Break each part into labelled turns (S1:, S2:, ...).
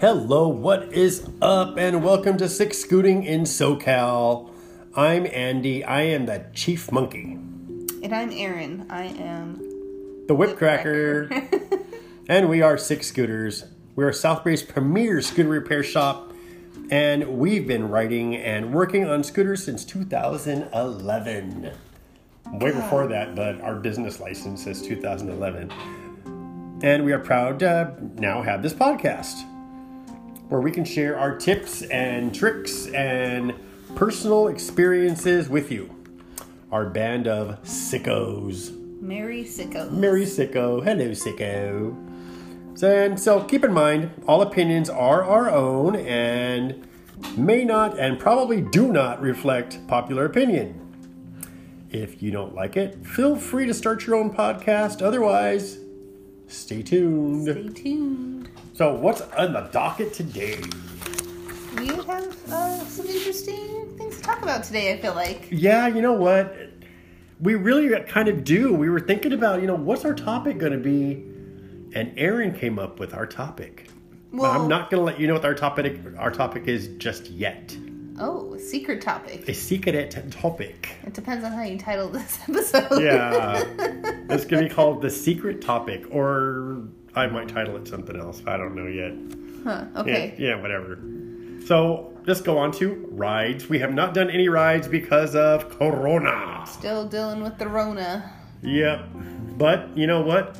S1: Hello, what is up, and welcome to Six Scooting in SoCal. I'm Andy. I am the chief monkey,
S2: And I'm Erin. I am.
S1: the whipcracker, and we are Six Scooters. We are Southbury's premier scooter repair shop, and we've been writing and working on scooters since 2011. Way before that, but our business license says 2011. And we are proud to now have this podcast. where we can share our tips and tricks and personal experiences with you. Our band of sickos.
S2: Mary Sicko.
S1: Mary Sicko. Hello, Sicko. So, and so keep in mind, all opinions are our own and may not and probably do not reflect popular opinion. If you don't like it, feel free to start your own podcast. Otherwise, stay tuned.
S2: Stay tuned.
S1: So, what's on the docket today?
S2: We have uh, some interesting things to talk about today, I feel like.
S1: Yeah, you know what? We really kind of do. We were thinking about, you know, what's our topic going to be? And Aaron came up with our topic. but
S2: Well-
S1: I'm not going to let you know what our topic our topic is just yet.
S2: Oh, secret topic.
S1: A secret topic.
S2: It depends on how you title this episode.
S1: Yeah. it's going to be called the secret topic or I might title it something else. I don't know yet.
S2: Huh,
S1: Yeah,
S2: okay.
S1: yeah, whatever. So, just go on to rides. We have not done any rides because of corona.
S2: Still dealing with the Rona.
S1: Yep. But you know what?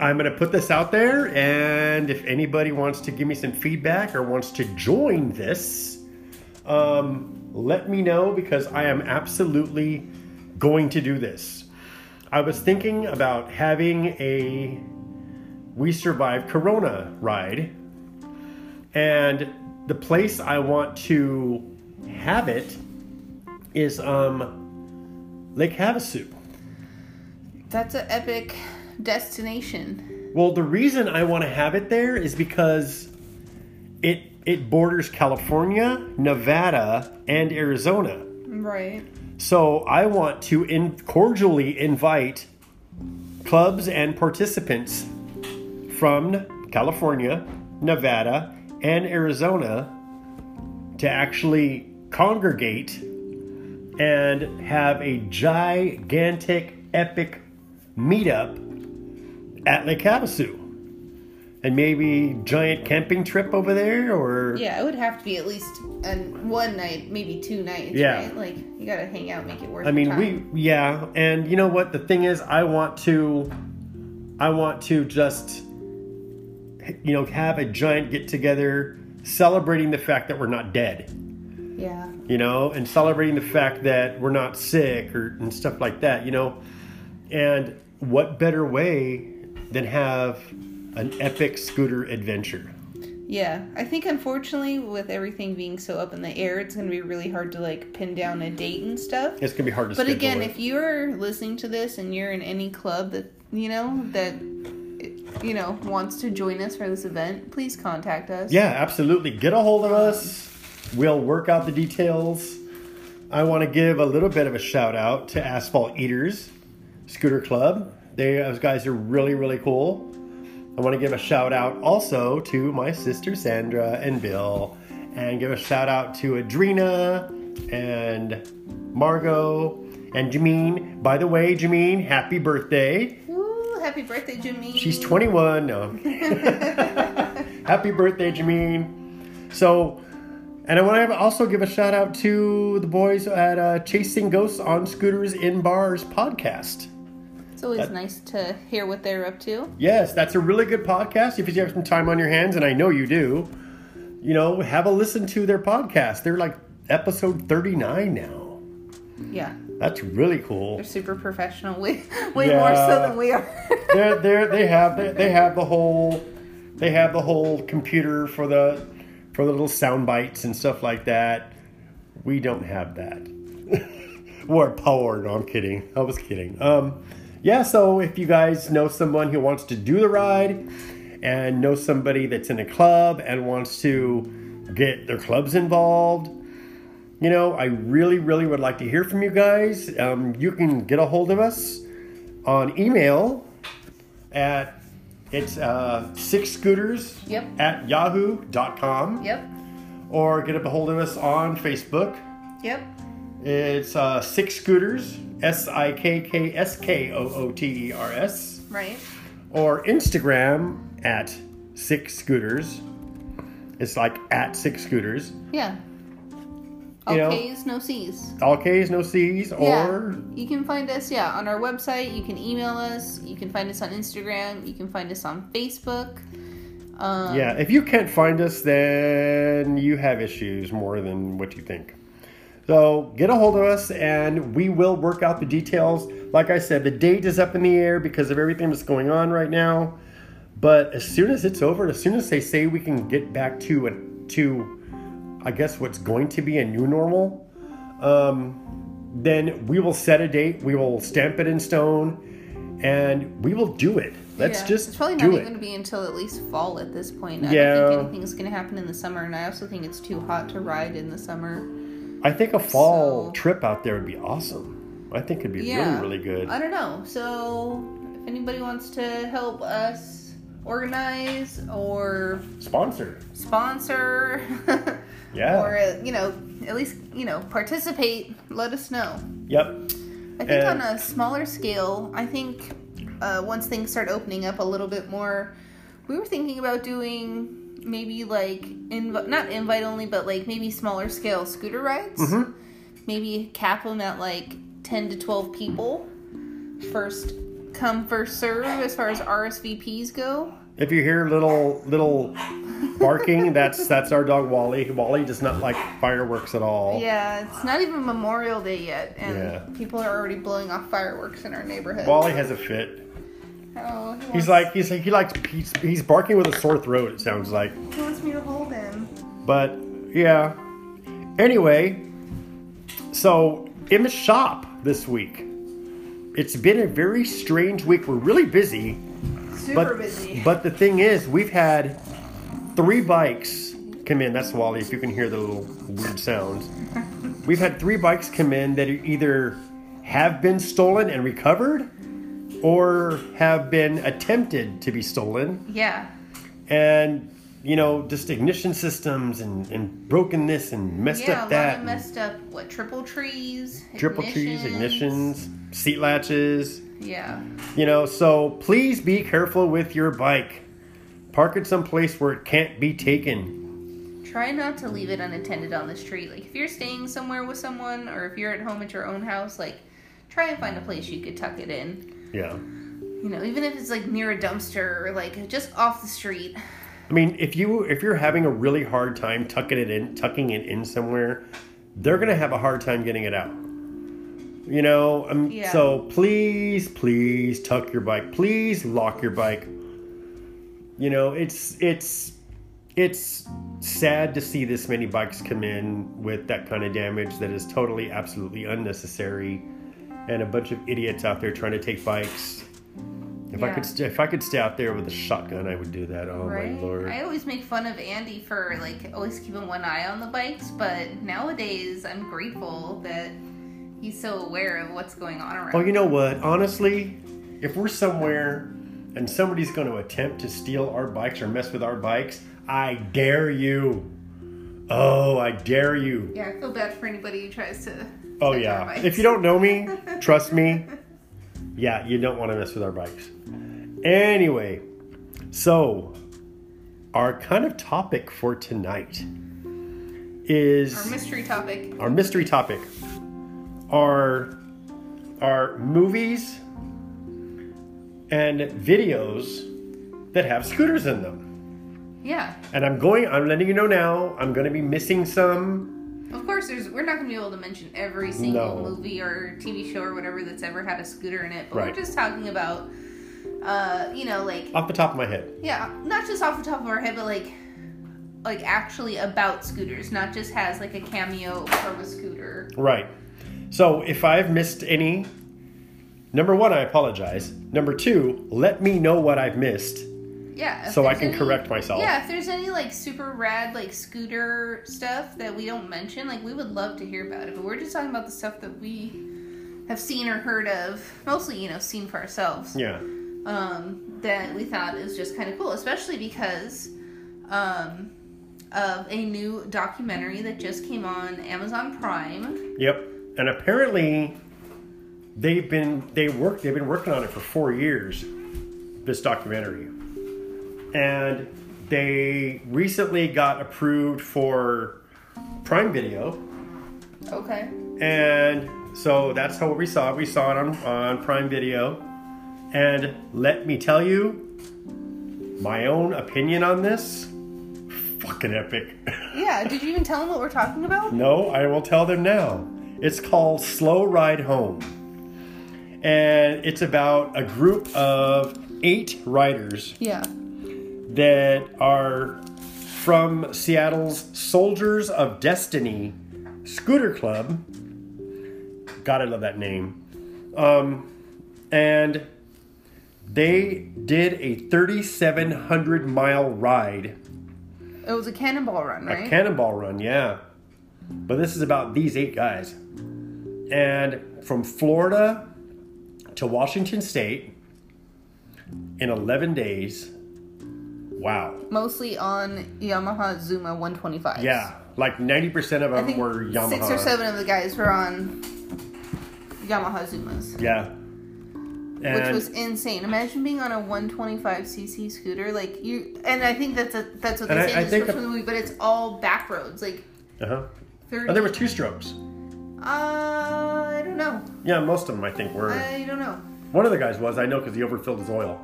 S1: I'm going to put this out there, and if anybody wants to give me some feedback or wants to join this, um, let me know because I am absolutely going to do this. I was thinking about having a We Survive Corona ride, and the place I want to have it is um, Lake Havasu.
S2: That's an epic destination.
S1: Well, the reason I want to have it there is because it it borders California, Nevada, and Arizona.
S2: Right.
S1: So I want to in, cordially invite clubs and participants from California, Nevada, and Arizona to actually congregate and have a gigantic, epic meetup at Lake Havasu. And maybe giant camping trip over there, or
S2: Yeah, it would have to be at least an, one night, maybe two nights.
S1: Yeah.
S2: Right? Like, you gotta hang out, make it worth
S1: I mean,
S2: your time.
S1: we yeah, and you know what? The thing is, I want to, I want to just, you know, have a giant get together celebrating the fact that we're not dead,
S2: Yeah.
S1: you know, and celebrating the fact that we're not sick or and stuff like that, you know, and what better way than have an epic scooter adventure?
S2: Yeah, I think unfortunately, with everything being so up in the air, it's going to be really hard to like pin down a date and stuff.
S1: It's gonna be hard to.
S2: But
S1: schedule
S2: again,
S1: it.
S2: if you're listening to this and you're in any club that you know that you know wants to join us for this event, please contact us.
S1: Yeah, absolutely. Get a hold of us. We'll work out the details. I want to give a little bit of a shout out to Asphalt Eaters Scooter Club. They, those guys are really, really cool. I want to give a shout out also to my sister Sandra and Bill, and give a shout out to Adrena and Margot and Jameen. By the way, Jameen, happy birthday.
S2: Woo, happy birthday, Jimmy.
S1: She's 21. No. Happy birthday, Jameen. So, and I want to also give a shout out to the boys at uh, Chasing Ghosts on Scooters in Bars podcast.
S2: It's always nice to hear what they're up to.
S1: Yes, that's a really good podcast. If you have some time on your hands, and I know you do, you know, have a listen to their podcast. They're like episode 39 now.
S2: Yeah,
S1: That's really cool.
S2: they're super professional. Way way
S1: Yeah.
S2: more so than we are.
S1: they're, they're, they have they, they have the whole they have the whole computer for the for the little sound bites and stuff like that. We don't have that. We're poor. No, I'm kidding. I was kidding. Um, yeah. So if you guys know someone who wants to do the ride, and know somebody that's in a club and wants to get their clubs involved, you know, I really, really would like to hear from you guys. Um, you can get a hold of us on email at It's uh, six scooters
S2: Yep.
S1: at yahoo.com
S2: Yep.
S1: or get a hold of us on Facebook.
S2: Yep.
S1: It's uh, six scooters, S I K K S K O O T E R S,
S2: Right.
S1: or Instagram at six scooters. It's like at six scooters.
S2: Yeah. All
S1: You know-
S2: K's, no C's.
S1: All K's, no C's, or
S2: yeah. you can find us, yeah, on our website. You can email us. You can find us on Instagram. You can find us on Facebook. Um,
S1: Yeah, if you can't find us, then you have issues more than what you think. So get a hold of us and we will work out the details. Like I said, the date is up in the air because of everything that's going on right now. But as soon as it's over, as soon as they say we can get back to a, to, I guess what's going to be a new normal, um, then we will set a date. We will stamp it in stone, and we will do it. Let's
S2: yeah.
S1: just
S2: It's probably
S1: do it.
S2: not even going to be until at least fall at this point. I don't
S1: Yeah.
S2: think anything's going to happen in the summer, and I also think it's too hot to ride in the summer.
S1: I think a fall
S2: So-
S1: trip out there would be awesome. I think it'd be
S2: Yeah. Uh,
S1: really, really good.
S2: I don't know. So, if anybody wants to help us organize or
S1: Sponsor.
S2: sponsor
S1: Yeah.
S2: or uh, you know at least you know participate let us know
S1: Yep.
S2: i think
S1: And-
S2: on a smaller scale i think uh, once things start opening up a little bit more we were thinking about doing maybe like inv- not invite only but like maybe smaller scale scooter rides
S1: Mhm.
S2: maybe cap them at like 10 to 12 people first come first serve as far as rsvps go
S1: If you hear little little barking, that's that's our dog Wally. Wally does not like fireworks at all.
S2: Yeah, it's not even Memorial Day yet, and
S1: Oh. Yeah.
S2: people are already blowing off fireworks in our neighborhood.
S1: Wally has a fit.
S2: oh, he
S1: He's
S2: wants-
S1: like he's like he likes he's, he's barking with a sore throat. It sounds like.
S2: he wants me to hold him.
S1: But yeah. Anyway, so in the shop this week, it's been a very strange week. We're really busy.
S2: Super
S1: But,
S2: busy.
S1: but the thing is, we've had three bikes come in. That's Wally, if you can hear the little weird sounds. We've had three bikes come in that either have been stolen and recovered or have been attempted to be stolen.
S2: yeah,
S1: And, you know, just ignition systems and, and broken this and messed up
S2: yeah, a lot
S1: that.
S2: of
S1: and
S2: messed up. What triple trees?
S1: triple trees, ignitions, seat latches.
S2: Yeah,
S1: You know, so please be careful with your bike. Park it someplace where it can't be taken.
S2: try not to leave it unattended on the street. Like if you're staying somewhere with someone, or if you're at home at your own house, like try and find a place you could tuck it in.
S1: Yeah.
S2: You know, even if it's like near a dumpster or like just off the street.
S1: I mean, if you if you're having a really hard time tucking it in, tucking it in somewhere, they're gonna have a hard time getting it out. You know, um,
S2: Yeah.
S1: so please, please tuck your bike. Please lock your bike. You know, it's it's it's sad to see this many bikes come in with that kind of damage that is totally, absolutely unnecessary, and a bunch of idiots out there trying to take bikes. If I
S2: Yeah.
S1: could, st- if I could stay out there with a shotgun, I would do that. Oh
S2: Right.
S1: my lord!
S2: I always make fun of Andy for like always keeping one eye on the bikes, but nowadays I'm grateful that he's so aware of what's going on around.
S1: Well, Oh, you know what? Honestly, if we're somewhere and somebody's going to attempt to steal our bikes or mess with our bikes, I dare you. Oh, I dare you.
S2: yeah, I feel bad for anybody who tries to.
S1: Oh,
S2: touch our
S1: yeah.
S2: bikes.
S1: If you don't know me, trust me. Yeah, you don't want to mess with our bikes. Anyway, so our kind of topic for tonight is
S2: Our mystery topic.
S1: our mystery topic are are movies and videos that have scooters in them.
S2: Yeah.
S1: And I'm going I'm letting you know now, I'm going to be missing some.
S2: Of course, there's. We're not gonna be able to mention every single
S1: No.
S2: movie or TV show or whatever that's ever had a scooter in it, but
S1: Right.
S2: we're just talking about, uh, you know, like
S1: Off the top of my head.
S2: Yeah, not just off the top of our head, but like, like actually about scooters, not just has like a cameo from a scooter.
S1: Right. So, if I've missed any, number 1, I apologize. Number 2, let me know what I've missed
S2: Yeah. if
S1: so I
S2: there's
S1: can
S2: any-
S1: correct myself.
S2: Yeah, if there's any like super rad like scooter stuff that we don't mention, like we would love to hear about it. But we're just talking about the stuff that we have seen or heard of, mostly you know seen for ourselves.
S1: Yeah.
S2: um, that we thought is just kind of cool, especially because um, of a new documentary that just came on Amazon Prime.
S1: Yep. And apparently they've been they work they've been working on it for 4 years this documentary. And they recently got approved for Prime Video
S2: Okay.
S1: and so that's how we saw it. We saw it on, on Prime Video. And let me tell you, my own opinion on this, fucking epic.
S2: Yeah. Did you even tell them what we're talking about?
S1: no, I will tell them now. It's called Slow Ride Home. And it's about a group of eight riders
S2: Yeah.
S1: that are from Seattle's Soldiers of Destiny Scooter Club. God, I love that name. Um, and they did a 3,700 mile ride,
S2: It was a cannonball run, right?
S1: a cannonball run, yeah. But this is about these eight guys. And from Florida to Washington State in 11 days. Wow.
S2: Mostly on Yamaha Zuma 125.
S1: Yeah, like ninety percent of
S2: I
S1: them
S2: think
S1: were Yamaha.
S2: six or seven of the guys were on Yamaha Zumas,
S1: Yeah,
S2: which
S1: And-
S2: was insane. Imagine being on a 125cc scooter, like you. And I think that's a, that's what they
S1: And I-
S2: say in
S1: I
S2: the
S1: think
S2: description of the movie, but it's all back roads, like
S1: uh-huh.
S2: 30.
S1: Oh, there were two strokes.
S2: uh, I don't know.
S1: Yeah, most of them I think were.
S2: I don't know.
S1: One of the guys was I know because he overfilled his oil.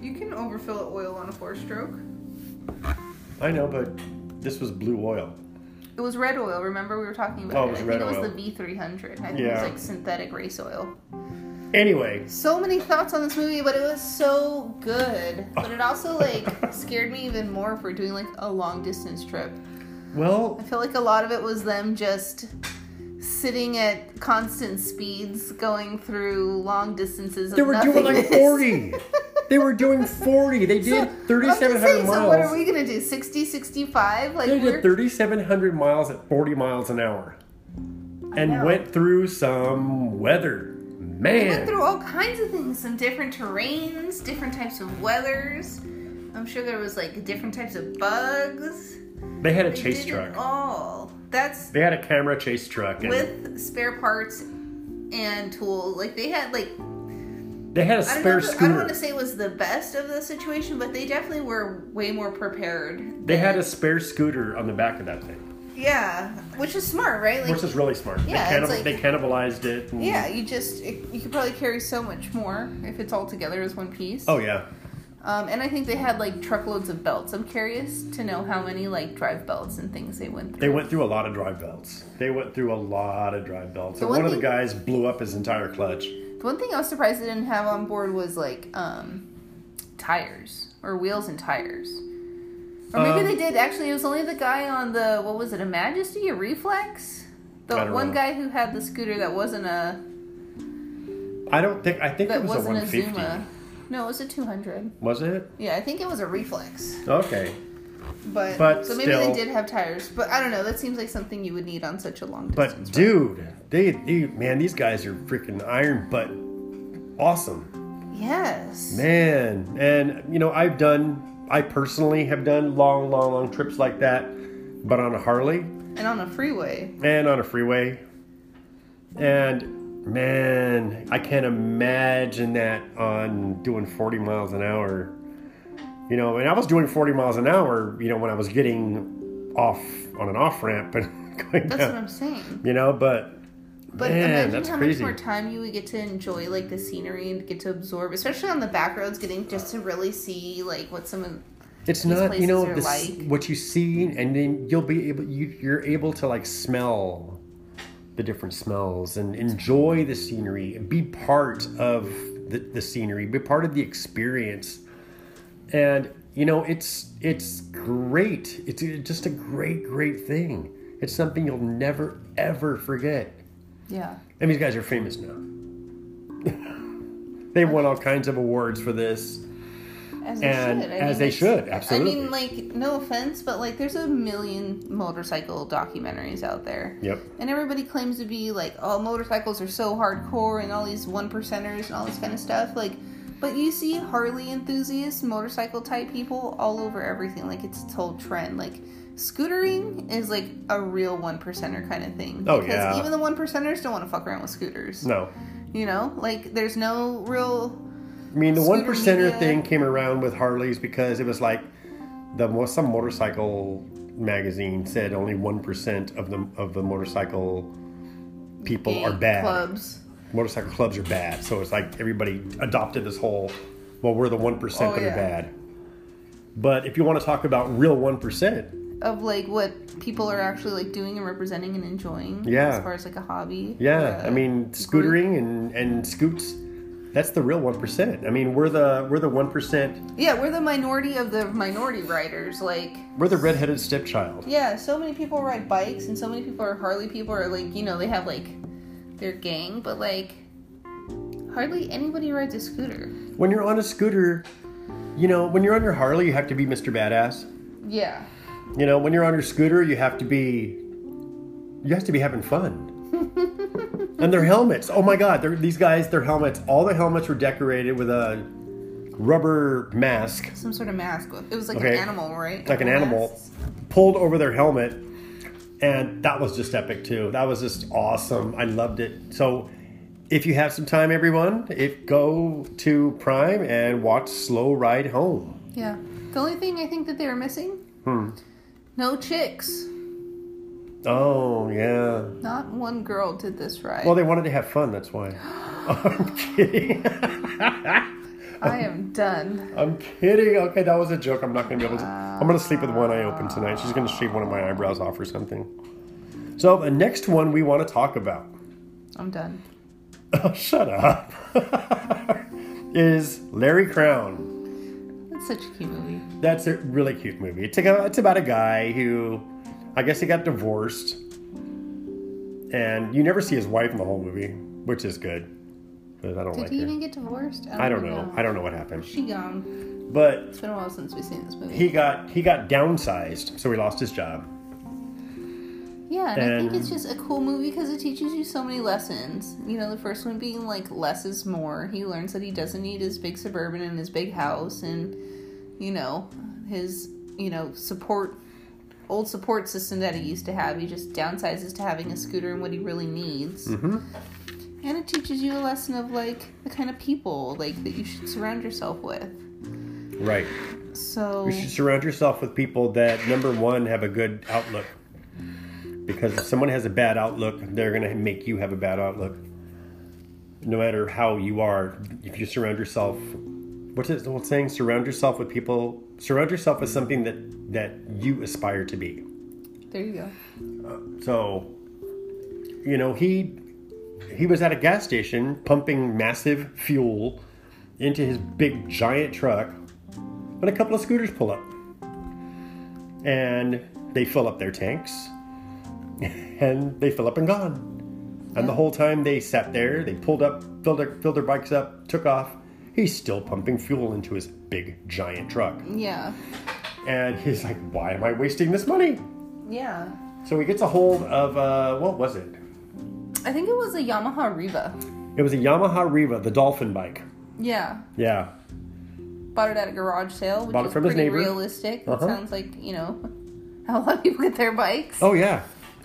S2: You can overfill oil on a four stroke.
S1: I know, but this was blue oil.
S2: It was red oil. Remember we were talking about
S1: Oh, it was
S2: I
S1: red
S2: think it
S1: oil.
S2: was the V300. I think it
S1: Yeah.
S2: was like synthetic race oil.
S1: Anyway,
S2: So many thoughts on this movie, but it was so good. But it also like scared me even more for doing like a long distance trip.
S1: well,
S2: I feel like a lot of it was them just sitting at constant speeds going through long distances of
S1: they were doing like
S2: nothingness.
S1: forty. they were doing forty. They
S2: So,
S1: did
S2: I'm just
S1: thirty-seven hundred
S2: saying, So what
S1: miles.
S2: are we gonna do? 60, 65? Like
S1: they
S2: we're
S1: did thirty-seven hundred miles at forty miles an hour, and
S2: know.
S1: went through some weather. Man,
S2: We went through all kinds of things, some different terrains, different types of weathers. I'm sure there was like different types of bugs.
S1: they had a
S2: They
S1: chase
S2: did
S1: truck.
S2: It all. That's
S1: They had a camera chase truck. And
S2: with spare parts and tools. Like they had like
S1: They had a
S2: I don't,
S1: spare
S2: know, if- I don't
S1: scooter.
S2: want to say it was the best of the situation, but they definitely were way more prepared.
S1: They had a
S2: than-
S1: spare scooter on the back of that thing,
S2: yeah, which is smart, right?
S1: which
S2: Like
S1: is really smart.
S2: Yeah,
S1: they,
S2: it's
S1: cannibal-
S2: like-
S1: they cannibalized it. and-
S2: yeah, you just it, you could probably carry so much more if it's all together as one piece.
S1: Oh yeah.
S2: Um, and I think they had like truckloads of belts. I'm curious to know how many like drive belts and things they went
S1: They
S2: through.
S1: went through a lot of drive belts. They went through a lot of drive belts.
S2: The
S1: and
S2: one
S1: one, of the
S2: thing-
S1: guys blew up his entire clutch.
S2: The one thing I was surprised they didn't have on board was like um, tires or wheels and tires. Or maybe
S1: Um,
S2: they did. Actually, it was only the guy on the what was it, a Majesty, a Reflex, the
S1: I don't
S2: one
S1: know.
S2: guy who had the scooter that wasn't a
S1: I don't think I think
S2: that
S1: it was a
S2: wasn't a
S1: 150.
S2: Zuma. No, it was a 200.
S1: Was it?
S2: Yeah, I think it was a Reflex.
S1: Okay.
S2: But,
S1: But
S2: so maybe they
S1: still-
S2: did have tires. But I don't know. That seems like something you would need on such a long
S1: But
S2: distance. run.
S1: dude, they, they man, these guys are freaking iron butt awesome.
S2: yes.
S1: Man, and you know, I've done, I personally have done long, long, long trips like that, but on a Harley
S2: and on a freeway.
S1: and on a freeway. And man, I can't imagine that on doing 40 miles an hour. You know, and I was doing 40 miles an hour, you know, when I was getting off on an off ramp and going
S2: That's what
S1: down,
S2: I'm saying.
S1: you know, but
S2: But
S1: Man,
S2: imagine
S1: that's
S2: how
S1: crazy.
S2: much more time you would get to enjoy like the scenery and get to absorb, especially on the back roads, getting just to really see like what some of
S1: it's
S2: These
S1: not, you
S2: places
S1: know,
S2: are
S1: this,
S2: like-
S1: what you see, and then you'll be able, you, you're able to like smell the different smells and enjoy the scenery, be part of the, the scenery, be part of the experience. And you know, it's it's great. It's just a great, great thing. It's something you'll never ever forget.
S2: yeah.
S1: And these guys are famous now. they won all kinds of awards for this.
S2: As they
S1: And
S2: should. I
S1: as
S2: mean,
S1: they
S2: it's-
S1: should,
S2: I
S1: absolutely.
S2: mean, like, no offense, but like, there's a million motorcycle documentaries out there.
S1: Yep.
S2: And everybody claims to be like, oh, motorcycles are so hardcore and all these one percenters and all this kind of stuff. Like, But you see Harley enthusiasts, motorcycle type people all over everything. Like it's its whole trend. Like scootering is like a real one percenter kind of thing.
S1: Oh,
S2: because
S1: yeah.
S2: even the one percenters don't want to fuck around with scooters.
S1: No.
S2: You know, like there's no real
S1: I mean, the
S2: Scooter
S1: one percenter
S2: media.
S1: thing came around with Harleys because it was like the mo- some motorcycle magazine said only one percent of the of the motorcycle people
S2: gay
S1: are bad.
S2: clubs.
S1: Motorcycle clubs are bad, so it's like everybody adopted this whole well, we're the one percent
S2: Oh,
S1: that
S2: yeah.
S1: are bad. But if you want to talk about real one percent,
S2: of like what people are actually like doing and representing and enjoying.
S1: Yeah.
S2: As far as like a hobby.
S1: yeah,
S2: or a
S1: I mean,
S2: group.
S1: scootering and and scoots, that's the real one percent. I mean, we're the we're the one percent.
S2: Yeah, we're the minority of the minority riders. Like,
S1: We're the redheaded stepchild.
S2: yeah, so many people ride bikes and so many people are Harley people are like, you know, they have like their gang, but like hardly anybody rides a scooter.
S1: when you're on a scooter, you know, when you're on your Harley, you have to be Mr. Badass.
S2: Yeah.
S1: You know, when you're on your scooter, you have to be, you have to be having fun. and their helmets, oh my God, they're, these guys, their helmets, all the helmets were decorated with a rubber mask,
S2: Some sort of mask. It was like
S1: Okay.
S2: an animal, right?
S1: like an
S2: Masks.
S1: animal, pulled over their helmet. And that was just epic too. That was just awesome. I loved it. So, if you have some time, everyone, if go to Prime and watch Slow Ride Home.
S2: Yeah. The only thing I think that they were missing?
S1: Hmm.
S2: No chicks.
S1: Oh yeah.
S2: Not one girl did this ride.
S1: Well, they wanted to have fun. That's why. I'm kidding.
S2: I am done.
S1: I'm kidding. Okay, that was a joke. I'm not gonna be able to. I'm gonna sleep with one eye open tonight. She's gonna shave one of my eyebrows off or something. So the next one we want to talk about.
S2: I'm done.
S1: Oh, shut up. is Larry Crown.
S2: That's such a cute movie.
S1: That's a really cute movie. It's, like a, it's about a guy who, I guess he got divorced, and you never see his wife in the whole movie, which is good. But I don't
S2: Did
S1: like
S2: he
S1: her.
S2: even get divorced?
S1: I don't know. I don't know what happened.
S2: She gone.
S1: But
S2: It's been a while since we've seen this movie.
S1: he got he got downsized, so he lost his job.
S2: yeah, and, I think
S1: and-
S2: it's just a cool movie because it teaches you so many lessons. You know, the first one being like less is more. He learns that he doesn't need his big suburban and his big house and you know his you know support old support system that he used to have. He just downsizes to having a scooter and what he really needs.
S1: hmm
S2: And it teaches you a lesson of like the kind of people like that you should surround yourself with.
S1: Right.
S2: So
S1: You should surround yourself with people that number one have a good outlook, because if someone has a bad outlook, they're gonna make you have a bad outlook. No matter how you are, if you surround yourself, what's it, the old saying? Surround yourself with people. Surround yourself with something that that you aspire to be.
S2: there you go.
S1: So, you know, he he was at a gas station pumping massive fuel into his big giant truck when a couple of scooters pull up. And they fill up their tanks. And they fill up and gone. And the whole time they sat there, they pulled up, filled their, filled their bikes up, took off. He's still pumping fuel into his big giant truck.
S2: Yeah.
S1: And he's like, why am I wasting this money?
S2: Yeah.
S1: So he gets a hold of uh, what was it?
S2: I think it was a Yamaha Riva.
S1: It was a Yamaha Riva, the dolphin bike.
S2: Yeah.
S1: Yeah,
S2: Bought it at a garage sale, which
S1: Bought it
S2: is
S1: from his
S2: pretty
S1: neighbor.
S2: realistic. It
S1: Uh-huh.
S2: sounds like, you know, how a lot of people get their bikes.
S1: Oh yeah.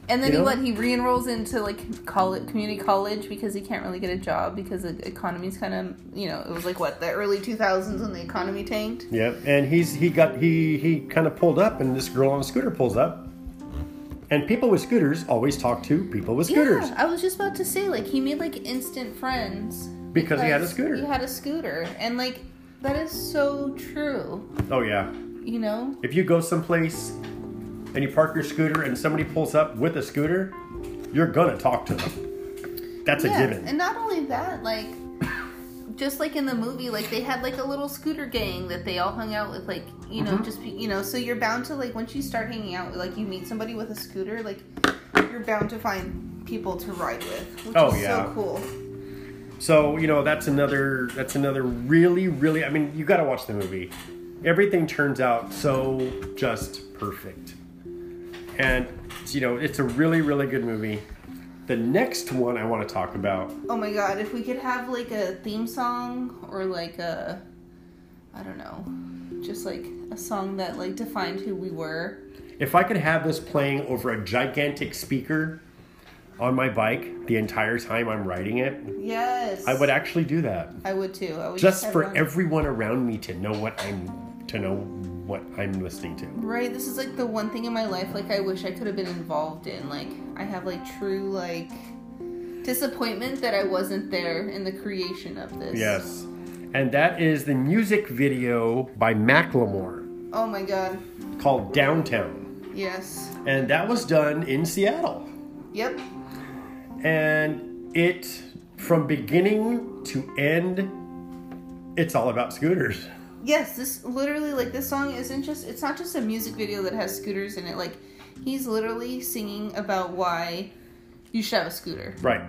S2: and then
S1: you
S2: he
S1: know?
S2: what he re-enrolls into like college community college because he can't really get a job because the economy's kind of you know it was like what the early 2000s when the economy tanked
S1: Yeah, and he's he got he he kind of pulled up, and this girl on a scooter pulls up, and people with scooters always talk to people with scooters.
S2: Yeah, I was just about to say, like, he made like instant friends
S1: Because he had a scooter.
S2: He had a scooter, and like, that is so true.
S1: Oh yeah.
S2: You know,
S1: If you go someplace and you park your scooter, and somebody pulls up with a scooter, you're gonna talk to them. That's a given.
S2: And not only that, like, just like in the movie, like they had like a little scooter gang that they all hung out with, like you
S1: Mm-hmm.
S2: know, just be, you know. So you're bound to like once you start hanging out, like you meet somebody with a scooter, like you're bound to find people to ride with, which
S1: Oh,
S2: is
S1: yeah.
S2: so cool.
S1: So you know that's another that's another really really I mean you got to watch the movie. Everything turns out so just perfect, and you know it's a really really good movie. The next one I want to talk about.
S2: Oh my god, if we could have like a theme song or like a I don't know, just like a song that like defined who we were.
S1: If I could have this playing over a gigantic speaker on my bike the entire time I'm riding it,
S2: Yes.
S1: I would actually do that.
S2: I would too. I would
S1: Just
S2: have
S1: for
S2: one-
S1: everyone around me to know what I'm to know what I'm listening to.
S2: Right, this is like the one thing in my life like I wish I could have been involved in. Like I have like true like disappointment that I wasn't there in the creation of this.
S1: Yes. And that is the music video by Macklemore
S2: Oh my god.
S1: called Downtown.
S2: Yes.
S1: And that was done in Seattle.
S2: Yep.
S1: and it from beginning to end it's all about scooters
S2: Yes, this literally like this song isn't just it's not just a music video that has scooters in it. Like he's literally singing about why you should have a scooter.
S1: right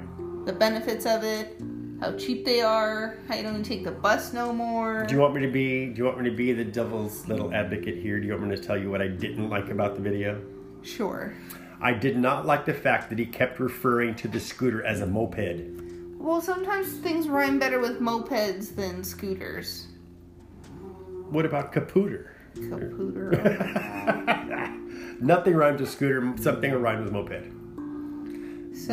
S2: The benefits of it, how cheap they are, how you don't even take the bus no more.
S1: do you want me to be do you want me to be the devil's little advocate here do you want me to tell you what i didn't like about the video
S2: sure.
S1: i did not like the fact that he kept referring to the scooter as a moped
S2: Well, sometimes things rhyme better with mopeds than scooters.
S1: what about capooter
S2: Caputer.
S1: nothing rhymes with scooter something rhymes with moped
S2: So,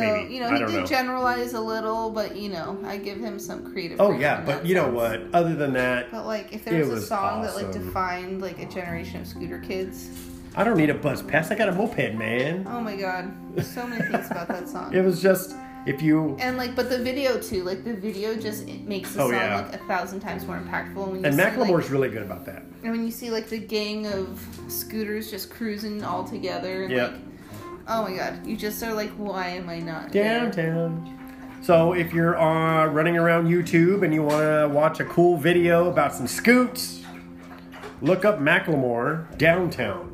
S1: Maybe.
S2: you know,
S1: I
S2: he
S1: don't
S2: did
S1: know.
S2: generalize a little, but you know, I give him some creative
S1: oh
S2: freedom
S1: yeah
S2: in
S1: but
S2: that
S1: you know
S2: sense.
S1: what other than that
S2: But like, if there
S1: It
S2: was, a
S1: was
S2: song that like
S1: awesome.
S2: defined like a generation of scooter kids,
S1: i don't need a bus pass i got a moped man
S2: oh my god, so many things about that song.
S1: it was just if you
S2: And like, but the video too, like the video just it makes the
S1: Oh,
S2: song
S1: yeah.
S2: like a thousand times more impactful. When you
S1: and
S2: see,
S1: macklemore's
S2: like,
S1: really good about that
S2: and when you see like the gang of scooters just cruising all together, and,
S1: Yep.
S2: like, oh my god, you just are like, why am I not there?
S1: downtown. So if you're uh, running around YouTube and you want to watch a cool video about some scoots, look up Macklemore Downtown.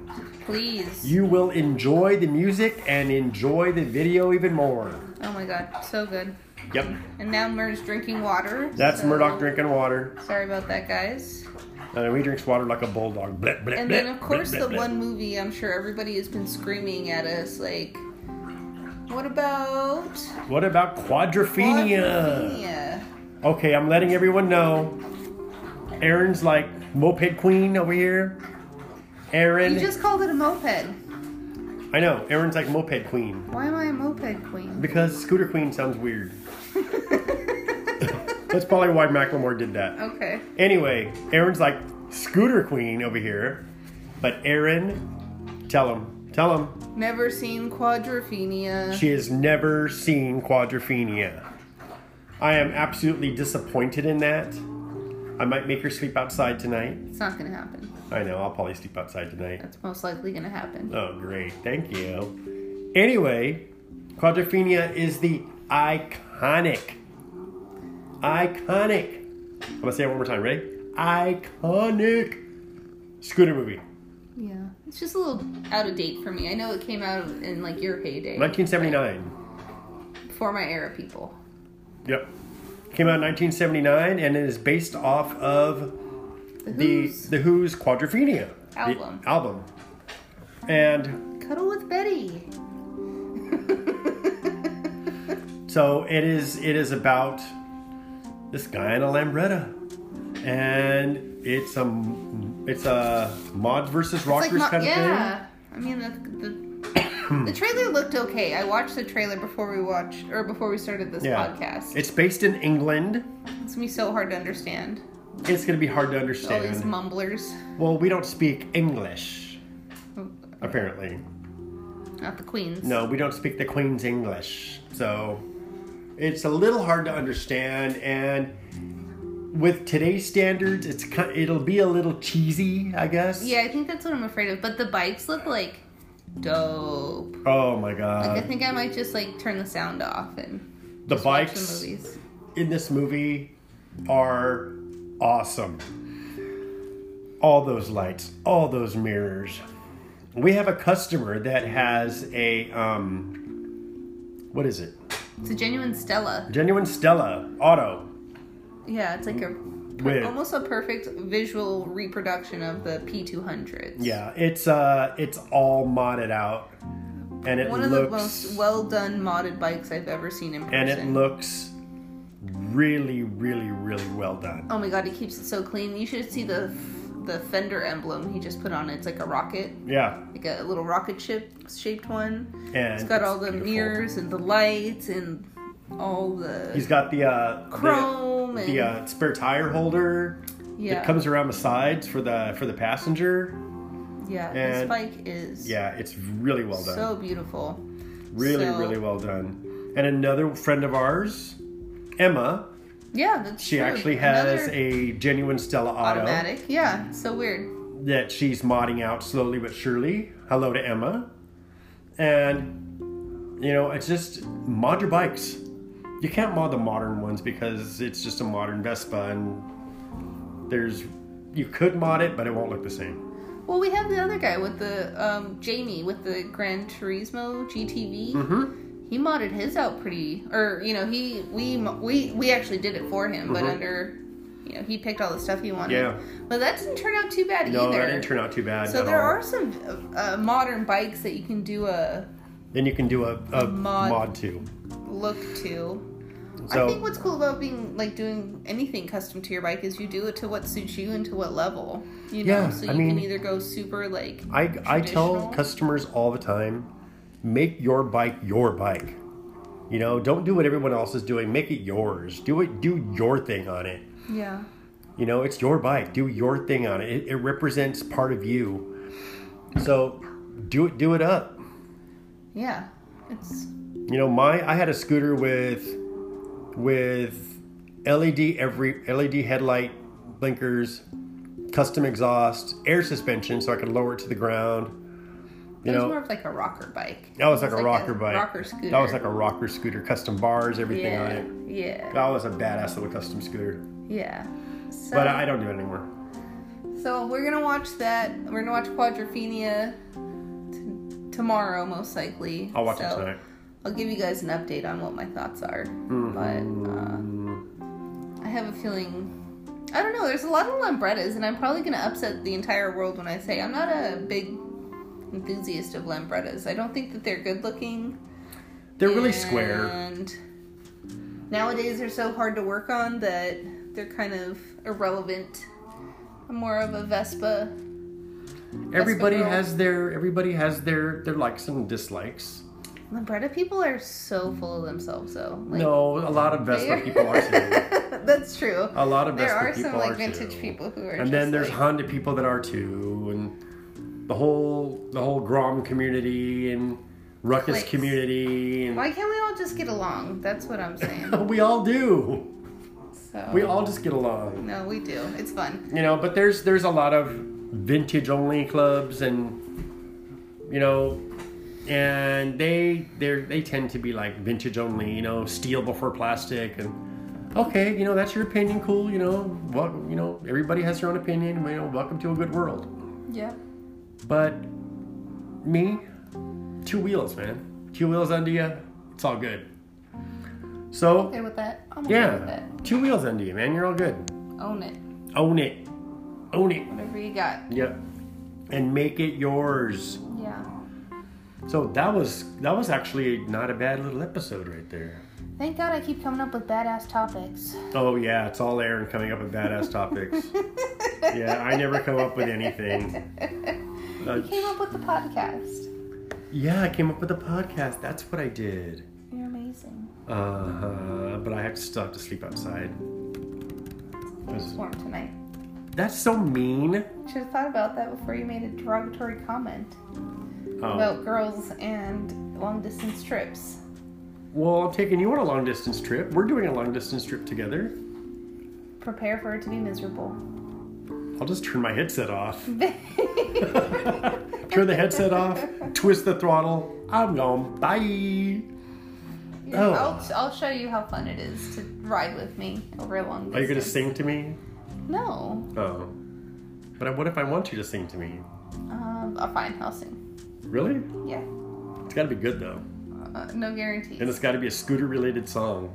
S2: Please.
S1: You will enjoy the music and enjoy the video even more.
S2: oh my god, so good.
S1: Yep,
S2: And now Mur's drinking water.
S1: that's
S2: so-
S1: Murdoch drinking water.
S2: Sorry about that, guys.
S1: And he drinks water like a bulldog. Bleh, bleh,
S2: And
S1: bleh,
S2: then, of course,
S1: bleh,
S2: the
S1: bleh, bleh.
S2: one movie I'm sure everybody has been screaming at us like, what about
S1: What about Quadrophenia?
S2: Quadrophenia?
S1: Okay, I'm letting everyone know. Aaron's like moped queen over here. Aaron,
S2: You just called it a moped.
S1: I know. Aaron's like moped queen.
S2: Why am I a moped queen?
S1: Because Scooter Queen sounds weird. That's probably why Macklemore did that.
S2: okay.
S1: Anyway, Aaron's like Scooter Queen over here, but Aaron, tell him, tell him
S2: Never seen Quadrophenia.
S1: she has never seen Quadrophenia. I am absolutely disappointed in that. I might make her sleep outside tonight.
S2: It's not gonna happen.
S1: I know, I'll probably sleep outside tonight.
S2: That's most likely gonna happen.
S1: Oh, great. Thank you. Anyway, Quadrophenia is the iconic. Iconic. I'm going to say it one more time. Ready? Iconic scooter movie.
S2: Yeah. It's just a little out of date for me. I know it came out in like your heyday.
S1: 1979.
S2: For my era people.
S1: Yep. Came out in 1979 and it is based off of
S2: The
S1: the
S2: Who's
S1: The Who's Quadrophenia the
S2: Album.
S1: album. And
S2: Cuddle with Betty.
S1: So it is it is about this guy in a Lambretta, and it's a it's a mod versus rockers
S2: It's like,
S1: kind
S2: not,
S1: of thing.
S2: yeah. I mean, the, the, the trailer looked okay. I watched the trailer before we watched or before we started this podcast.
S1: It's based in England.
S2: It's gonna be so hard to understand.
S1: It's going to be hard to
S2: All these
S1: understand.
S2: mumblers.
S1: well, we don't speak English apparently.
S2: Not the queens.
S1: No, we don't speak the Queen's English. So it's a little hard to understand and with today's standards, it's ki- it'll be a little cheesy, I guess.
S2: Yeah, I think that's what I'm afraid of. But the bikes look like dope.
S1: Oh my god.
S2: Like, I think I might just like turn the sound off and
S1: the
S2: watch the
S1: bikes
S2: movies.
S1: in this movie are awesome. All those lights, all those mirrors. We have a customer that has a um what is it?
S2: It's a genuine Stella.
S1: Genuine Stella auto.
S2: Yeah, it's like a
S1: With-
S2: almost a perfect visual reproduction of the P200s.
S1: Yeah, it's uh it's all modded out. and it
S2: One
S1: looks
S2: of the most well done modded bikes I've ever seen in person.
S1: and it looks really, really, really well done.
S2: oh my god, he keeps it so clean. You should see the the fender emblem he just put on it. It's like a rocket,
S1: Yeah,
S2: like a little rocket ship shaped one.
S1: and
S2: It's got all the
S1: beautiful.
S2: mirrors and the lights and all the
S1: He's got the uh,
S2: chrome
S1: the,
S2: and
S1: the uh, spare tire holder
S2: yeah,
S1: that comes around the sides for the for the passenger.
S2: yeah. this
S1: and-
S2: bike is
S1: Yeah, it's really well done.
S2: so beautiful.
S1: really,
S2: so-
S1: really well done. And another friend of ours, Emma,
S2: Yeah, that's
S1: she
S2: true.
S1: actually has
S2: Another
S1: a genuine Stella Auto
S2: automatic. Yeah, so weird.
S1: that she's modding out slowly but surely. Hello to Emma. And you know, it's just mod your bikes. You can't mod the modern ones because it's just a modern Vespa and there's you could mod it, but it won't look the same.
S2: Well, we have the other guy with the um, Jamie with the Gran Turismo GTV.
S1: Mm-hmm.
S2: He modded his out pretty, or you know, he we mo- we we actually did it for him, but
S1: Mhm.
S2: under you know he picked all the stuff he wanted.
S1: Yeah.
S2: But that didn't turn out too bad
S1: No,
S2: either.
S1: that didn't turn out too bad.
S2: so
S1: at
S2: there
S1: all.
S2: are some uh, modern bikes that you can do a
S1: Then you can do a, a
S2: Mod.
S1: mod. too.
S2: look to. I
S1: So-
S2: think what's cool about being like doing anything custom to your bike is you do it to what suits you and to what level. You know,
S1: Yeah,
S2: so you
S1: I
S2: can
S1: mean-
S2: either go super like
S1: I, I tell
S2: Traditional.
S1: customers all the time make your bike your bike you know don't do what everyone else is doing make it yours do it do your thing on it
S2: yeah.
S1: you know it's your bike do your thing on it it, it represents part of you so do it do it up
S2: Yeah. It's
S1: you know my i had a scooter with with led every led headlight blinkers custom exhaust air suspension so i could lower it to the ground you
S2: it was
S1: know
S2: more of like a rocker bike.
S1: That was
S2: It
S1: like a rocker bike.
S2: Rocker scooter.
S1: That was like a rocker scooter, custom bars, everything on
S2: yeah,
S1: it.
S2: yeah,
S1: That was a badass little custom scooter.
S2: yeah. So,
S1: But I don't do it anymore.
S2: so we're gonna watch that. We're gonna watch Quadrophenia t- tomorrow, most likely.
S1: I'll watch it
S2: So
S1: tonight. Mm-hmm.
S2: I'll give you guys an update on what my thoughts are. But uh, I have a feeling. I don't know. There's a lot of lambrettas, and I'm probably gonna upset the entire world when I say I'm not a big enthusiast of lambrettas. I don't think that they're good looking.
S1: They're really square.
S2: And nowadays they're so hard to work on that they're kind of irrelevant. I'm more of a Vespa.
S1: Everybody
S2: girl.
S1: has their everybody has their their likes and dislikes.
S2: Lambretta people are so full of themselves though. Like,
S1: no, a lot of Vespa people are too.
S2: That's true.
S1: A lot of Vespa
S2: There are
S1: people
S2: some like
S1: are
S2: vintage
S1: too.
S2: people who are
S1: And then
S2: just,
S1: there's
S2: like,
S1: Honda people that are too, and the whole the whole Grom community and Ruckus
S2: Cliques.
S1: community, and
S2: why can't we all just get along? That's what Oh. I'm saying.
S1: we all do.
S2: So
S1: We all just get along.
S2: No, we do. It's fun.
S1: you know but there's there's a lot of vintage only clubs and you know and they they they tend to be like vintage only you know steel before plastic and okay you know that's your opinion cool you know what you know everybody has their own opinion you know welcome to a good world
S2: Yeah.
S1: but me two wheels man two wheels under you it's all good so
S2: Okay with that. I'm okay with
S1: yeah
S2: that.
S1: two wheels under you man you're all good
S2: Own it.
S1: own it own it
S2: Whatever you got.
S1: Yep. And make it yours.
S2: Yeah.
S1: So that was that was actually not a bad little episode right there.
S2: Thank God I keep coming up with badass topics.
S1: Oh yeah, it's all Aaron coming up with badass topics. Yeah, I never come up with anything. Uh,
S2: Came up with the podcast.
S1: yeah, I came up with a podcast. That's what I did.
S2: You're amazing.
S1: Uh, but I have to still have to sleep outside.
S2: It's warm tonight.
S1: That's so mean.
S2: Should have thought about that before you made a derogatory comment
S1: Oh.
S2: about girls and long distance trips.
S1: Well, I'm taking you on a long distance trip. We're doing a long distance trip together.
S2: Prepare for it to be miserable.
S1: I'll just turn my headset off. Turn the headset off, twist the throttle. I'm gone. Bye. Oh.
S2: I'll, I'll show you how fun it is to ride with me over a long distance.
S1: Are you gonna sing to me?
S2: No.
S1: Oh. But I- what if I want you to sing to me?
S2: Um, I'll find housing.
S1: Really?
S2: Yeah.
S1: It's gotta be good though.
S2: Uh, no guarantees.
S1: And it's gotta be a scooter related song.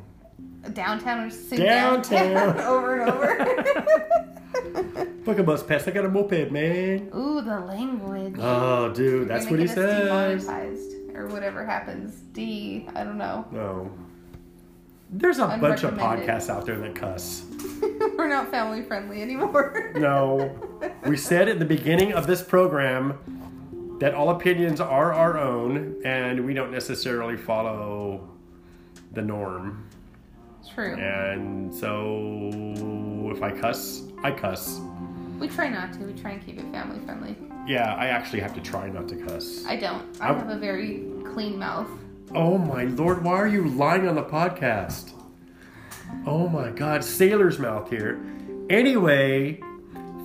S2: Downtown or sing
S1: Downtown.
S2: downtown over and over.
S1: Fuck a bus pass, I got a moped, man.
S2: Ooh, the language.
S1: Oh, dude, that's
S2: You're
S1: what
S2: gonna
S1: he
S2: get us
S1: says.
S2: demonetized or whatever happens. D, I don't know.
S1: Oh. There's a bunch of
S2: Unrecommended.
S1: podcasts out there that cuss.
S2: We're not family friendly anymore.
S1: No. we said at the beginning of this program that all opinions are our own and we don't necessarily follow the norm.
S2: True.
S1: And so if I cuss, I cuss.
S2: We try not to. We try and keep it family friendly.
S1: Yeah, I actually have to try not to cuss.
S2: I don't. I
S1: I'm-
S2: have a very clean mouth.
S1: Oh my lord, why are you lying on the podcast? Oh my god, sailor's mouth here. Anyway,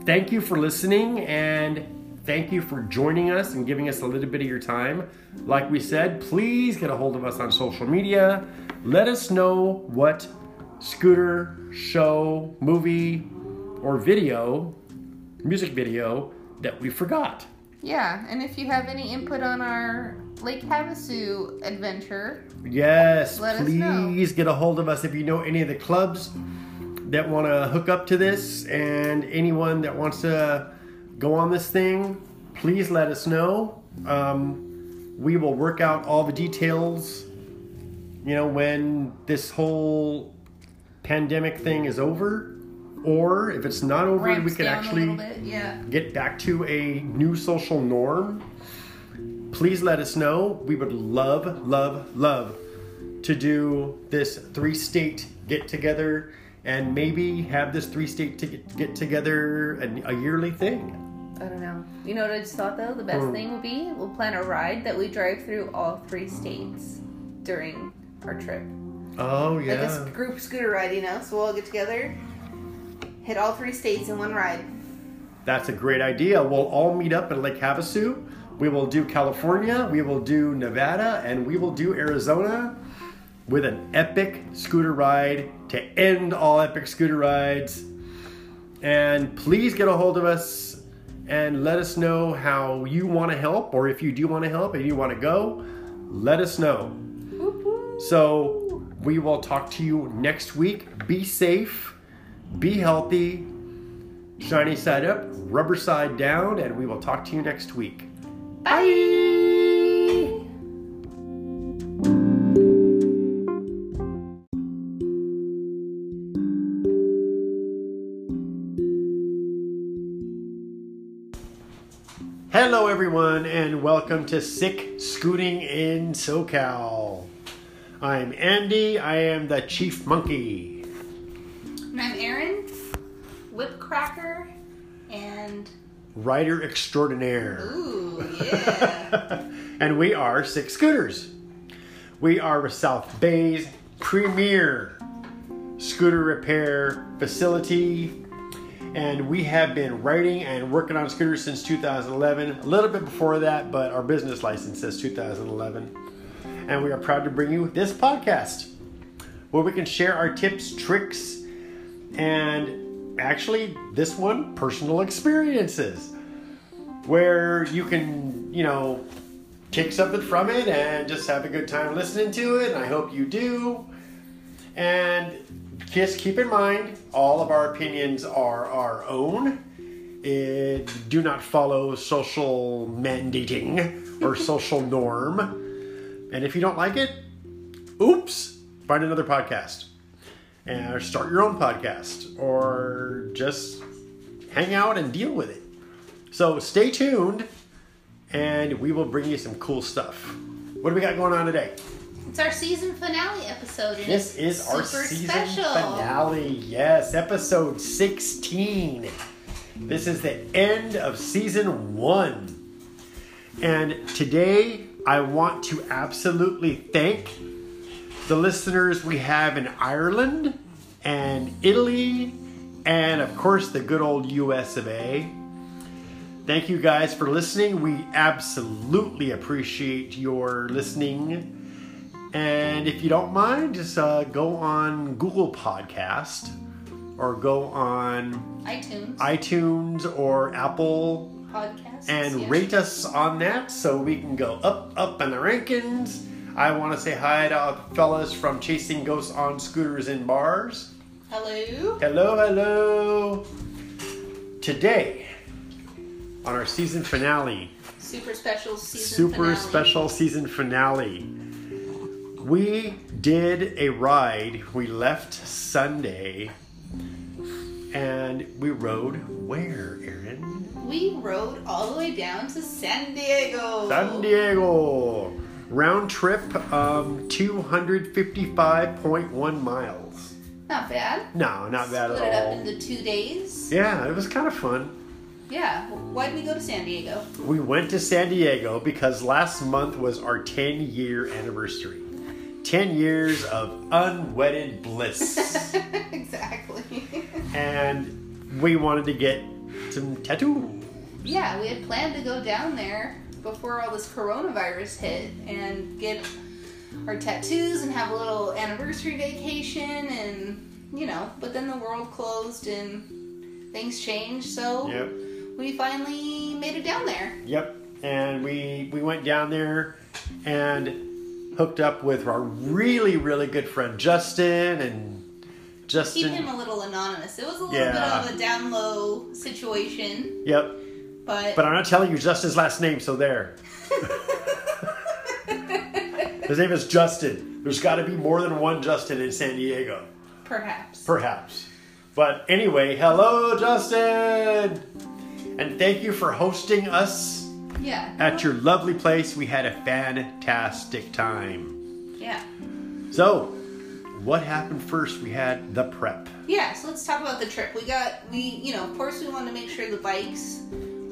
S1: thank you for listening and thank you for joining us and giving us a little bit of your time. Like we said, please get a hold of us on social media. Let us know what scooter, show, movie, or video, music video that we forgot.
S2: Yeah, and if you have any input on our Lake Havasu adventure,
S1: Yes,
S2: Let us know.
S1: please get a hold of us if you know any of the clubs that want to hook up to this and anyone that wants to go on this thing, please let us know. Um, we will work out all the details, you know, when this whole pandemic thing is over. Or if it's not over, we
S2: ramps
S1: could
S2: down
S1: actually
S2: a little bit. Yeah.
S1: get back to a new social norm, please let us know. We would love, love, love to do this three state get together and maybe have this three state to get, get together an, a yearly thing.
S2: I don't know. You know what I just thought though? The best
S1: Hmm.
S2: thing would be we'll plan a ride that we drive through all three states during our trip.
S1: Oh,
S2: Like a
S1: yeah.
S2: s- group scooter ride, you know? So we'll all get together, hit all three states in one ride.
S1: That's a great idea. We'll all meet up at Lake Havasu. We will do California, we will do Nevada, and we will do Arizona with an epic scooter ride to end all epic scooter rides. And please get a hold of us and let us know how you want to help, or if you do want to help and you want to go, let us know.
S2: Whoop, whoop.
S1: So we will talk to you next week. Be safe, be healthy, shiny side up, rubber side down, and we will talk to you next week.
S2: Bye.
S1: Hello, everyone, and welcome to Sick Scooting in SoCal. I'm Andy, I am the chief monkey.
S2: And I'm Erin, whip cracker, and
S1: Rider extraordinaire.
S2: ooh, yeah.
S1: and we are Sick Scooters. We are South Bay's premier scooter repair facility, and we have been writing and working on scooters since 2011. A little bit before that, but our business license says 2011. And we are proud to bring you this podcast where we can share our tips, tricks, and actually, this one personal experiences where you can, you know, take something from it and just have a good time listening to it. And I hope you do. And just keep in mind, all of our opinions are our own. It, do not follow social mandating or social norm. And if you don't like it, oops, find another podcast. And or start your own podcast or just hang out and deal with it. So stay tuned and we will bring you some cool stuff. What do we got going on today?
S2: it's our season finale episode. and
S1: This
S2: it's
S1: is our
S2: super
S1: season finale. Yes, episode 16. This is the end of season one. And today I want to absolutely thank the listeners we have in Ireland and Italy and, of course, the good old US of A. Thank you guys for listening. We absolutely appreciate your listening. And if you don't mind, just uh, go on Google Podcast or go on
S2: iTunes
S1: iTunes or Apple
S2: podcast
S1: and rate us on that so we can go up, up in the rankings. I want to say hi to all the fellas from Chasing Ghosts on Scooters in Bars.
S2: Hello.
S1: Hello, hello. Today, on our season finale,
S2: Super special season
S1: super
S2: finale.
S1: special season finale. We did a ride. We left Sunday and we rode where, Aaron?
S2: We rode all the way down to San Diego.
S1: San Diego. Round trip um 255.1 miles.
S2: Not bad.
S1: No, not bad
S2: Split
S1: at
S2: it up
S1: all.
S2: into two days.
S1: yeah, it was kind of fun.
S2: Yeah. Why'd we go to San Diego?
S1: We went to San Diego because last month was our 10 year anniversary. 10 years of unwedded bliss.
S2: exactly.
S1: and we wanted to get some tattoo.
S2: yeah, we had planned to go down there before all this coronavirus hit and get our tattoos and have a little anniversary vacation and you know, but then the world closed and things changed, so
S1: Yep,
S2: we finally made it down there.
S1: yep. And we we went down there and hooked up with our really really good friend Justin and
S2: Keep
S1: Justin.
S2: him a little anonymous. It was a little
S1: Yeah.
S2: bit of a down low situation,
S1: yep.
S2: but,
S1: But I'm not telling you Justin's last name, so there. His name is Justin. There's got to be more than one Justin in San Diego,
S2: perhaps.
S1: perhaps. But anyway, hello Justin, and thank you for hosting us.
S2: yeah.
S1: at your lovely place. We had a fantastic time.
S2: yeah.
S1: So, what happened first? We had the prep.
S2: Yeah, so let's talk about the trip. We got we you know, of course we wanted to make sure the bikes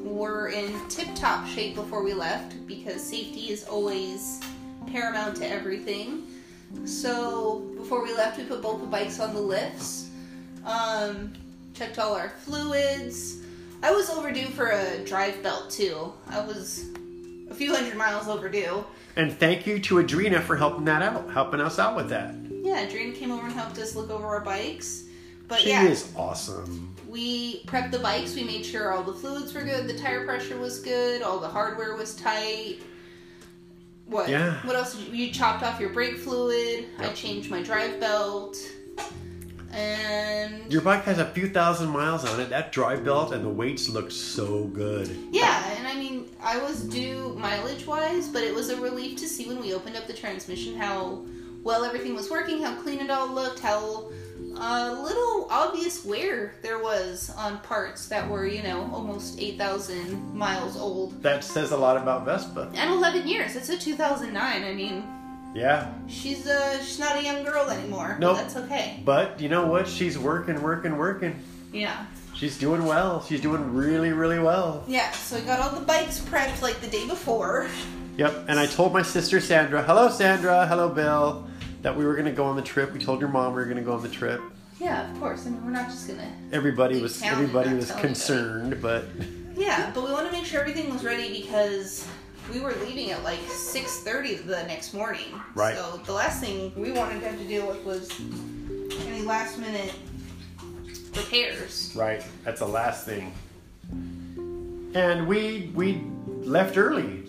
S2: were in tip top shape before we left because safety is always paramount to everything. So before we left we put both the bikes on the lifts. Um checked all our fluids. I was overdue for a drive belt too. I was a few hundred miles overdue.
S1: And thank you to Adrena for helping that out, helping us out with that.
S2: Yeah, Adrian came over and helped us look over our bikes. But
S1: She
S2: Uh, yeah.
S1: is awesome.
S2: We prepped the bikes. We made sure all the fluids were good, the tire pressure was good, all the hardware was tight. What?
S1: Yeah.
S2: What else? Did you, you chopped off your brake fluid. I changed my drive belt. And
S1: Your bike has a few thousand miles on it. That drive belt and the weights look so good.
S2: yeah, and I mean, I was due mileage wise, but it was a relief to see when we opened up the transmission how well everything was working, how clean it all looked, how uh, little obvious wear there was on parts that were, you know, almost 8,000 miles old.
S1: That says a lot about Vespa.
S2: and 11 years. It's a 2009. I mean,
S1: Yeah.
S2: she's uh she's not a young girl anymore.
S1: Nope.
S2: But that's okay.
S1: But you know what? She's working, working, working.
S2: Yeah.
S1: She's doing well. She's doing really, really well.
S2: Yeah. So I got all the bikes prepped like the day before.
S1: Yep, and I told my sister Sandra, hello Sandra, hello Bill, that we were gonna go on the trip. We told your mom we were gonna go on the trip.
S2: Yeah, of course. I mean, we're not just gonna.
S1: Everybody
S2: You
S1: was
S2: counted,
S1: everybody
S2: not
S1: was
S2: telling
S1: concerned, but
S2: Yeah, but we want to make sure everything was ready because we were leaving at like 6:30 the next morning.
S1: Right.
S2: So the last thing we wanted to have to deal with was any last minute repairs.
S1: right, that's the last thing. And we we left early.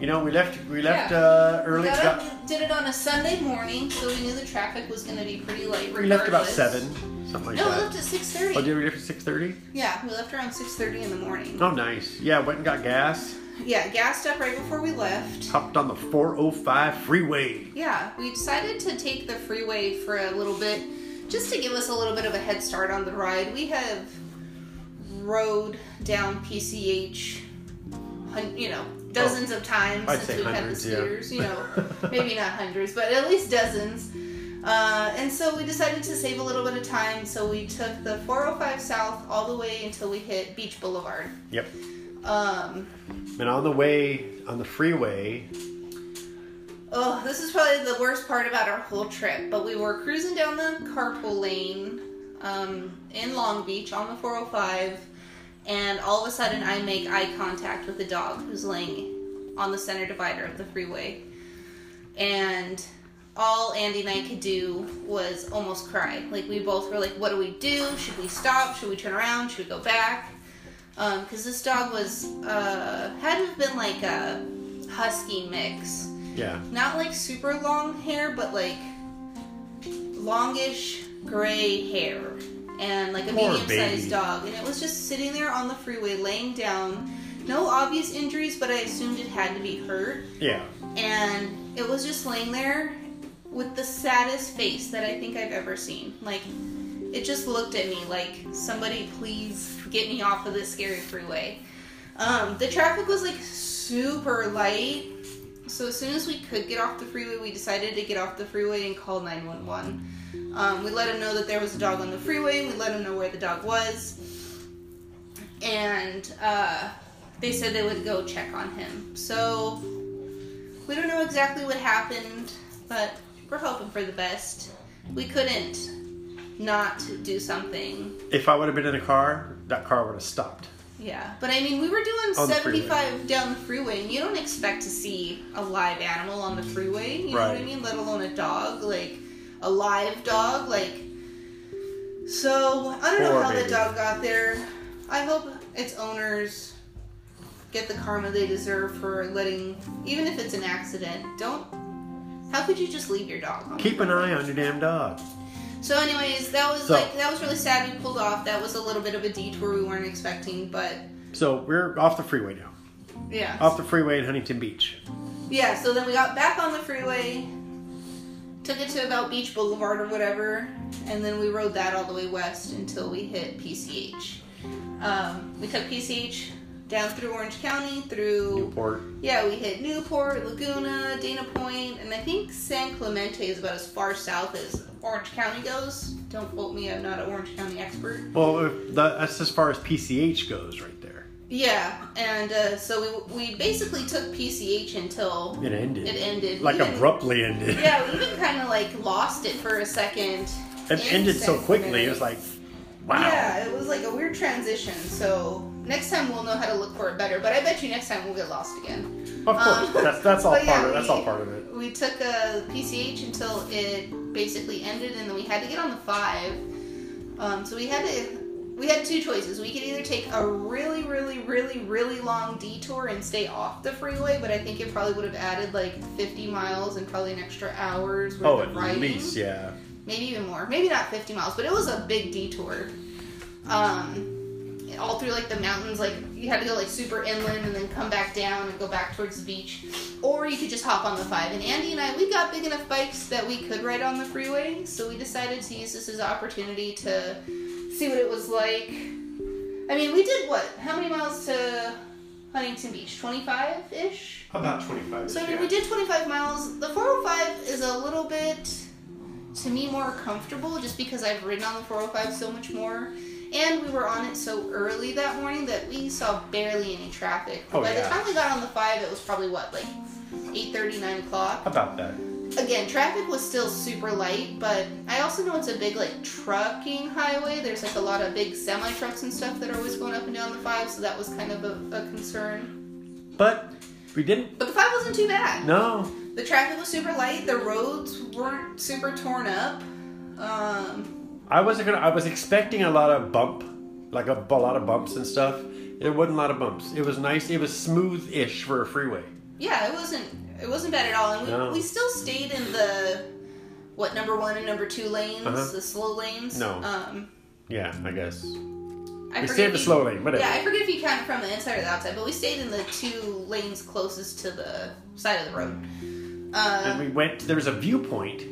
S1: You know, we left we left
S2: Yeah.
S1: uh, early.
S2: Got
S1: got-
S2: up, did it on a Sunday morning, so we knew the traffic was going to be pretty light.
S1: we left about
S2: regardless.
S1: seven, something like
S2: No, we
S1: that.
S2: left at six thirty.
S1: Oh, did we leave at six thirty?
S2: Yeah, we left around six thirty in the morning.
S1: Oh, nice. Yeah, went and got gas.
S2: Yeah, gassed up right before we left.
S1: Hopped on the 405 freeway.
S2: Yeah, we decided to take the freeway for a little bit, just to give us a little bit of a head start on the ride. We have rode down PCH, hun- you know, dozens of times
S1: I'd say
S2: since we've
S1: hundreds,
S2: had
S1: yeah.
S2: the scooters. You know, maybe not hundreds, but at least dozens. Uh, and so we decided to save a little bit of time, so we took the 405 south all the way until we hit Beach Boulevard.
S1: Yep.
S2: Um,
S1: And on the way on the freeway,
S2: Oh, this is probably the worst part about our whole trip, but we were cruising down the carpool lane um, in Long Beach on the 405, and all of a sudden I make eye contact with a dog who's laying on the center divider of the freeway. And all Andy and I could do was almost cry. Like, we both were like, what do we do? Should we stop? Should we turn around? Should we go back? Because this dog was, uh, had to have been like a husky mix
S1: yeah.
S2: not like super long hair, but like longish gray hair and like a
S1: Poor
S2: medium
S1: baby.
S2: sized dog. And it was just sitting there on the freeway, laying down, No obvious injuries, but I assumed it had to be hurt.
S1: Yeah.
S2: And it was just laying there with the saddest face that I think I've ever seen. Like, it just looked at me like, somebody please get me off of this scary freeway. Um, the traffic was like super light. So as soon as we could get off the freeway, we decided to get off the freeway and call 911. Um, we let him know that there was a dog on the freeway. We let him know where the dog was, and uh, they said they would go check on him. So we don't know exactly what happened, but we're hoping for the best. We couldn't not do something.
S1: If I would have been in a car, that car would have stopped.
S2: Yeah, but I mean, we were doing
S1: On the
S2: 75 down the freeway, and you don't expect to see a live animal on the freeway. You know what I
S1: Right.
S2: mean? Let alone a dog, like a live dog, like. So I don't know
S1: Poor
S2: how the
S1: baby.
S2: dog got there. I hope its owners get the karma they deserve for letting, even if it's an accident. Don't. How could you just leave your dog? On the
S1: Keep an eye on your damn dog.
S2: so, anyways, that was
S1: So-
S2: like that was really sad. We pulled off. That was a little bit of a detour we weren't expecting, but
S1: So we're off the freeway now.
S2: yeah.
S1: Off the freeway in Huntington Beach.
S2: Yeah, so then we got back on the freeway, took it to about Beach Boulevard or whatever, and then we rode that all the way west until we hit PCH. Um, we took PCH down through Orange County, through,
S1: Newport.
S2: yeah, we hit Newport, Laguna, Dana Point, and I think San Clemente is about as far south as Orange County goes. Don't quote me, I'm not an Orange County expert.
S1: Well, if that, that's as far as PCH goes, right there.
S2: Yeah, and uh, so we, we basically took PCH until
S1: It ended.
S2: it ended.
S1: Like
S2: We didn't-
S1: abruptly ended.
S2: Yeah, we even kind of like lost it for a second.
S1: It
S2: in
S1: ended so
S2: San
S1: quickly. It
S2: Clemente.
S1: was like, wow.
S2: Yeah, it was like a weird transition. So next time we'll know how to look for it better. But I bet you next time we'll get lost again.
S1: Of course,
S2: Um,
S1: that's that's all
S2: but
S1: part
S2: yeah,
S1: of that's
S2: we-
S1: all part of it.
S2: We took a PCH until it basically ended, and then we had to get on the five. Um, so we had to we had two choices. We could either take a really, really, really, really long detour and stay off the freeway, but I think it probably would have added like 50 miles and probably an extra hour's worth
S1: Oh,
S2: of
S1: at
S2: riding.
S1: least yeah.
S2: maybe even more maybe not 50 miles but it was a big detour um all through like the mountains like you had to go like super inland and then come back down and go back towards the beach or you could just hop on the five and andy and i we got big enough bikes that we could ride on the freeway so we decided to use this as an opportunity to see what it was like i mean we did what how many miles to huntington beach 25-ish
S1: About twenty five.
S2: so I mean, we did 25 miles. The 405 is a little bit, to me, more comfortable just because I've ridden on the 405 so much more. And we were on it so early that morning that we saw barely any traffic.
S1: Oh,
S2: By the
S1: yeah.
S2: time we got on the 5, it was probably what, like 8.30, 9 o'clock?
S1: About that.
S2: again traffic was still super light but i also know it's a big like trucking highway there's like a lot of big semi trucks and stuff that are always going up and down the five so that was kind of a, a concern
S1: But we didn't.
S2: but the five wasn't too bad
S1: No.
S2: the traffic was super light the roads weren't super torn up um
S1: I wasn't gonna. I was expecting a lot of bump, like a, a lot of bumps and stuff. There wasn't a lot of bumps. It was nice. It was smooth-ish for a freeway.
S2: yeah it wasn't it wasn't bad at all and we,
S1: No.
S2: we still stayed in the what number one and number two lanes
S1: Uh-huh.
S2: the slow lanes
S1: No.
S2: um
S1: Yeah, I guess.
S2: I
S1: we
S2: forget
S1: stayed in
S2: if
S1: the
S2: you-
S1: slow lane. Whatever.
S2: Yeah, I forget if you counted from the inside or the outside, but we stayed in the two lanes closest to the side of the road.
S1: and
S2: Uh,
S1: we went. There was a viewpoint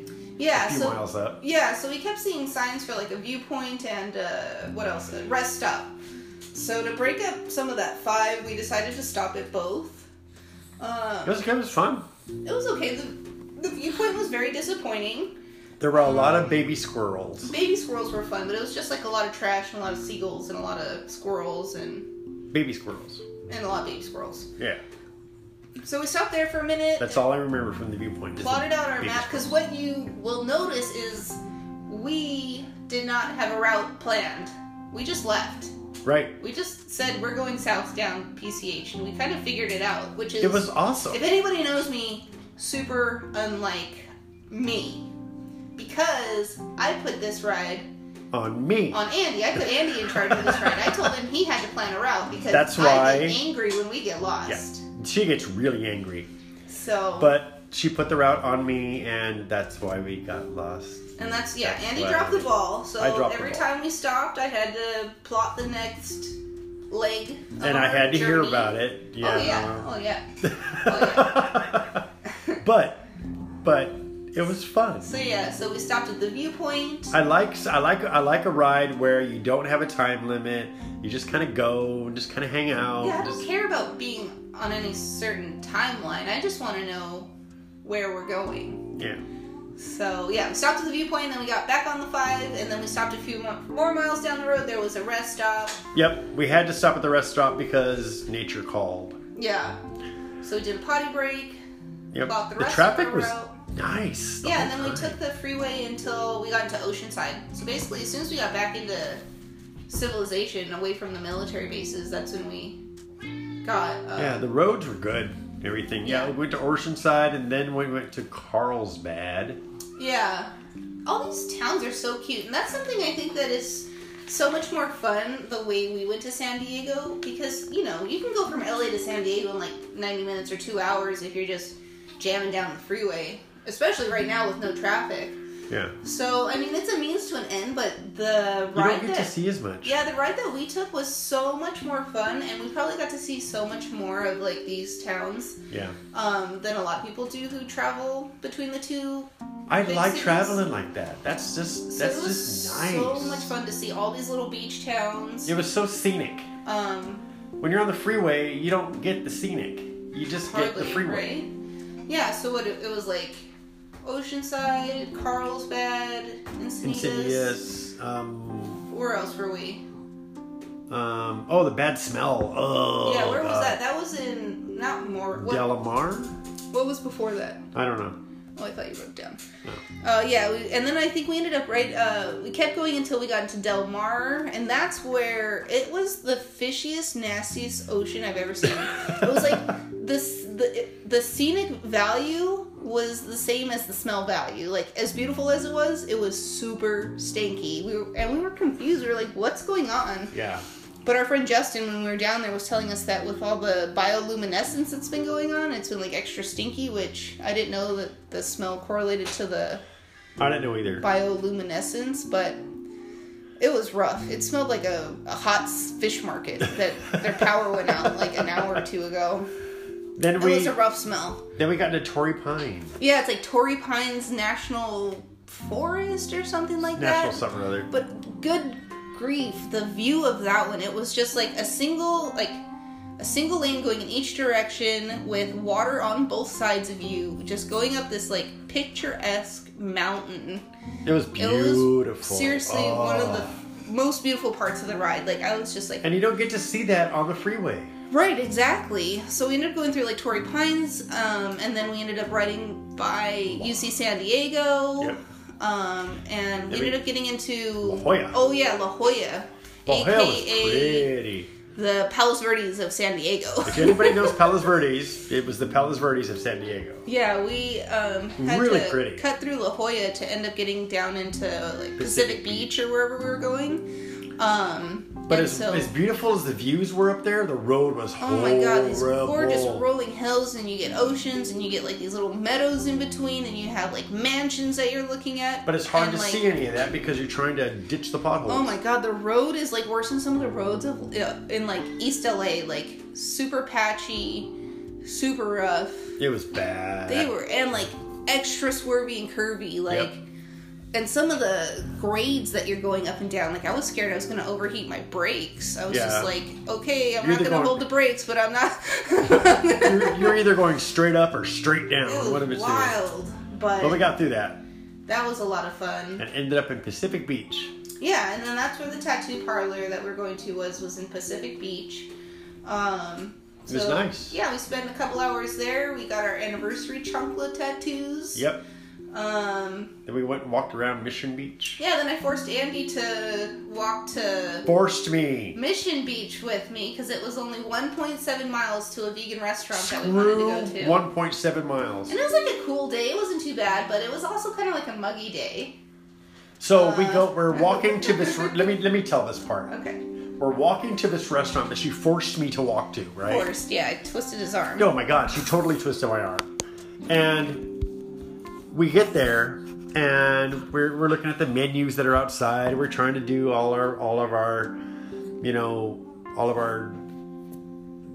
S2: yeah,
S1: a few
S2: so
S1: miles up.
S2: yeah, so we kept seeing signs for like a viewpoint and uh, what else? A rest stop. So to break up some of that five, we decided to stop at both.
S1: It
S2: Uh,
S1: was. It was fun.
S2: it was okay. The, the viewpoint was very disappointing.
S1: There were a lot of baby squirrels.
S2: Baby squirrels were fun, but it was just like a lot of trash and a lot of seagulls and a lot of squirrels and
S1: Baby squirrels.
S2: and a lot of baby squirrels.
S1: Yeah.
S2: So we stopped there for a minute.
S1: That's all I remember from the viewpoint. is the
S2: plotted out our
S1: baby
S2: map because what you will notice is we did not have a route planned. We just left.
S1: squirrels. Right.
S2: We just said we're going south down PCH, and we kind of figured it out, which is
S1: It was awesome.
S2: if anybody knows me, super unlike me because I put this ride
S1: On me.
S2: on Andy. I put Andy in charge of this ride. I told him he had to plan a route because
S1: That's
S2: I
S1: why-
S2: get angry when we get lost.
S1: She gets really angry.
S2: So
S1: But she put the route on me, and that's why we got lost.
S2: And that's yeah.
S1: That's
S2: Andy
S1: what I
S2: dropped the
S1: did.
S2: ball, so
S1: I dropped the
S2: every
S1: ball.
S2: time we stopped, I had to plot the next leg. of
S1: and I
S2: our
S1: had to hear
S2: journey.
S1: about it. Yeah.
S2: Oh yeah. Oh yeah. Oh,
S1: but but it was fun.
S2: So yeah. So we stopped at the viewpoint.
S1: I like I like I like a ride where you don't have a time limit. You just kind of go and just kind of hang out.
S2: Yeah, I
S1: just-
S2: don't care about being on any certain timeline. I just want to know where we're going.
S1: yeah.
S2: So yeah, we stopped at the viewpoint, then we got back on the five, and then we stopped a few more, more miles down the road. There was a rest stop.
S1: Yep. We had to stop at the rest stop because nature called.
S2: Yeah. So we did a potty break.
S1: Yep.
S2: About the
S1: The
S2: rest of
S1: traffic
S2: the
S1: was
S2: route.
S1: nice. the
S2: yeah,
S1: whole
S2: and then we
S1: time.
S2: took the freeway until we got into Oceanside. So basically, as soon as we got back into civilization, away from the military bases, that's when we got. Uh,
S1: Yeah, the roads were good. and Everything. Yeah,
S2: Yeah.
S1: we went to Oceanside and then we went to Carlsbad.
S2: Yeah. All these towns are so cute, and that's something I think that is so much more fun the way we went to San Diego because, you know, you can go from LA to San Diego in like 90 minutes or 2 hours if you're just jamming down the freeway, especially right now with no traffic.
S1: Yeah.
S2: So, I mean, it's a means to an end, but the
S1: You
S2: ride
S1: don't get to
S2: that
S1: see as much.
S2: yeah, the ride that we took was so much more fun, and we probably got to see so much more of like these towns
S1: Yeah.
S2: um, than a lot of people do who travel between the two
S1: I
S2: Big
S1: like
S2: cities.
S1: traveling like that. That's just
S2: So
S1: that's
S2: it was
S1: just nice.
S2: So much fun to see all these little beach towns.
S1: It was so scenic.
S2: Um,
S1: When you're on the freeway, you don't get the scenic. You just
S2: hardly,
S1: get the freeway.
S2: right? Yeah. So what it, it was like, Oceanside, Carlsbad, Encinitas.
S1: Insidious. Um,
S2: Where else were we?
S1: um, oh, the bad smell. Oh.
S2: yeah. Where was that? That was in not more. What,
S1: Delamar?
S2: what was before that?
S1: I don't know.
S2: Oh, I thought you wrote down. Uh, yeah, we, and then I think we ended up right. Uh, we kept going until we got into Del Mar, and that's where it was the fishiest, nastiest ocean I've ever seen. it was like this the the scenic value was the same as the smell value. Like as beautiful as it was, it was super stanky. We were, and we were confused. We were like, "What's going on?"
S1: Yeah.
S2: But our friend Justin, when we were down there, was telling us that with all the bioluminescence that's been going on, it's been like extra stinky, which I didn't know that the smell correlated to the
S1: I didn't know either.
S2: bioluminescence, but it was rough. It smelled like a, a hot s- fish market that their power went out like an hour or two ago.
S1: Then
S2: It
S1: we
S2: was a rough smell.
S1: then we got into Torrey Pine.
S2: Yeah, it's like Torrey Pines National Forest or something like
S1: National
S2: that.
S1: something or other.
S2: But good grief, the view of that one, it was just like a single like a single lane going in each direction with water on both sides of you, just going up this like picturesque mountain.
S1: It was
S2: It
S1: beautiful.
S2: was seriously one of
S1: Oh.
S2: the most beautiful parts of the ride. Like I was just like
S1: And you don't get to see that on the freeway.
S2: Right, exactly. So we ended up going through like Torrey Pines, um, and then we ended up riding by UC San Diego.
S1: Yep.
S2: Um, and we
S1: we-
S2: ended up getting into La
S1: Jolla.
S2: Oh yeah, La Jolla.
S1: Oh, hell, was
S2: AKA
S1: pretty.
S2: the Palos Verdes of San Diego.
S1: If anybody knows Palos Verdes, it was the Palos Verdes of San Diego.
S2: yeah, we um, had
S1: Really
S2: to
S1: pretty.
S2: cut through La Jolla to end up getting down into like Pacific,
S1: Pacific
S2: Beach or wherever we were going. Um,
S1: But
S2: and
S1: as,
S2: so,
S1: as beautiful as the views were up there, the road was
S2: Oh
S1: horrible.
S2: my god, these gorgeous rolling hills, and you get oceans, and you get like these little meadows in between, and you have like mansions that you're looking at.
S1: But it's hard
S2: and,
S1: to
S2: like,
S1: see any of that because you're trying to ditch the potholes.
S2: Oh my god, the road is like worse than some of the roads of uh, in like East LA, like super patchy, super rough.
S1: It was bad.
S2: They were and like extra swervy and curvy, like. And some of the grades that you're going up and down, like I was scared I was going to overheat my brakes. I was
S1: Yeah.
S2: just like, okay, I'm
S1: You're the
S2: not going to
S1: going-
S2: hold the brakes, but I'm not.
S1: you're, you're either going straight up or straight down.
S2: It was
S1: One of it's doing.
S2: wild, but
S1: But we got through that
S2: that was a lot of fun.
S1: and ended up in Pacific Beach.
S2: Yeah, and then that's where the tattoo parlor that we're going to was was in Pacific Beach. Um,
S1: It was nice.
S2: Yeah, we spent a couple hours there. We got our anniversary chocolate tattoos.
S1: Yep.
S2: Um,
S1: Then we went and walked around Mission Beach.
S2: yeah, then I forced Andy to walk to
S1: Forced me.
S2: Mission Beach with me because it was only 1.7 miles to a vegan restaurant that we
S1: Screw
S2: wanted to go to.
S1: 1.7 miles.
S2: and it was like a cool day. It wasn't too bad, but it was also kind of like a muggy day.
S1: So we go. We're walking to this. let me let me tell this part.
S2: Okay.
S1: We're walking to this restaurant that she forced me to walk to. Right.
S2: forced. Yeah, I twisted his arm.
S1: Oh my god, she totally twisted my arm. And we get there and we're, we're looking at the menus that are outside. We're trying to do all our all of our you know all of our,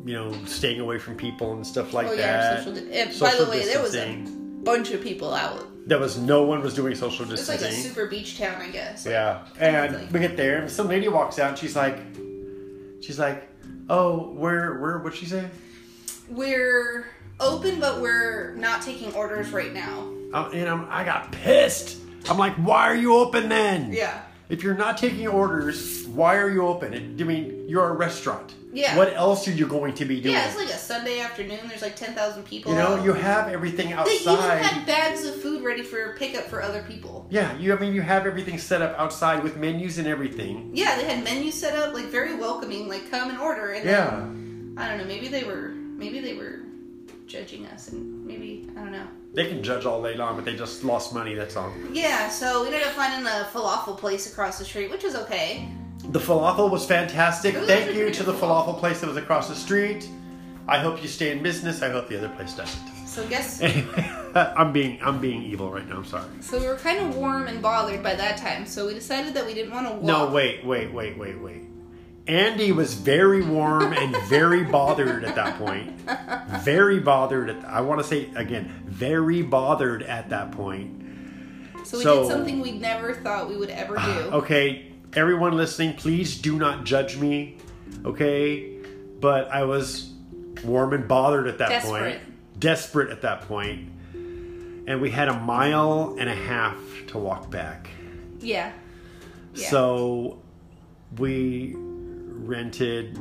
S1: you know, staying away from people and stuff like
S2: Oh, yeah, our
S1: that.
S2: social di- and by the way, there was a-
S1: distancing.
S2: Bunch of people out.
S1: there was no one was doing social
S2: It's like
S1: distancing.
S2: a super beach town, I guess.
S1: Yeah.
S2: Kinda
S1: And
S2: like-
S1: we get there, and some lady walks out, and she's like, she's like, oh, we're we're what'd she say?
S2: We're open, but we're not taking orders right now.
S1: i Uh, and I'm, I got pissed. I'm like, why are you open then?
S2: Yeah.
S1: If you're not taking orders, why are you open? It, I mean, you're a restaurant.
S2: Yeah.
S1: What else are you going to be doing?
S2: Yeah, it's like a Sunday afternoon. There's like 10,000 people.
S1: you know,
S2: out.
S1: you have everything
S2: They even
S1: outside.
S2: had bags of food ready for pickup for other people.
S1: yeah, you. I mean, you have everything set up outside with menus and everything.
S2: Yeah, they had menus set up, like very welcoming, like come and order. And then-
S1: Yeah.
S2: I don't know. Maybe they were. Maybe they were judging us, and maybe I don't know.
S1: They can judge all day long, but they just lost money. That's all.
S2: Yeah, so we ended up finding a falafel place across the street, which is okay.
S1: The falafel was fantastic.
S2: It was
S1: Thank
S2: actually
S1: you
S2: pretty
S1: to the
S2: good
S1: falafel place that was across the street. I hope you stay in business. I hope the other place doesn't.
S2: So guess
S1: Anyway, I'm being I'm being evil right now. I'm sorry.
S2: so we were kind of warm and bothered by that time, so we decided that we didn't want to walk.
S1: No, wait, wait, wait, wait, wait. Andy was very warm and very bothered at that point. Very bothered. At I want to say again, very bothered at that point.
S2: So we
S1: so- Ah,
S2: did something we never thought we would ever do.
S1: Okay, everyone listening, please do not judge me. Okay, but I was warm and bothered at that point. Desperate at that point. And we had a mile and a half to walk back.
S2: Yeah. Yeah.
S1: So we rented.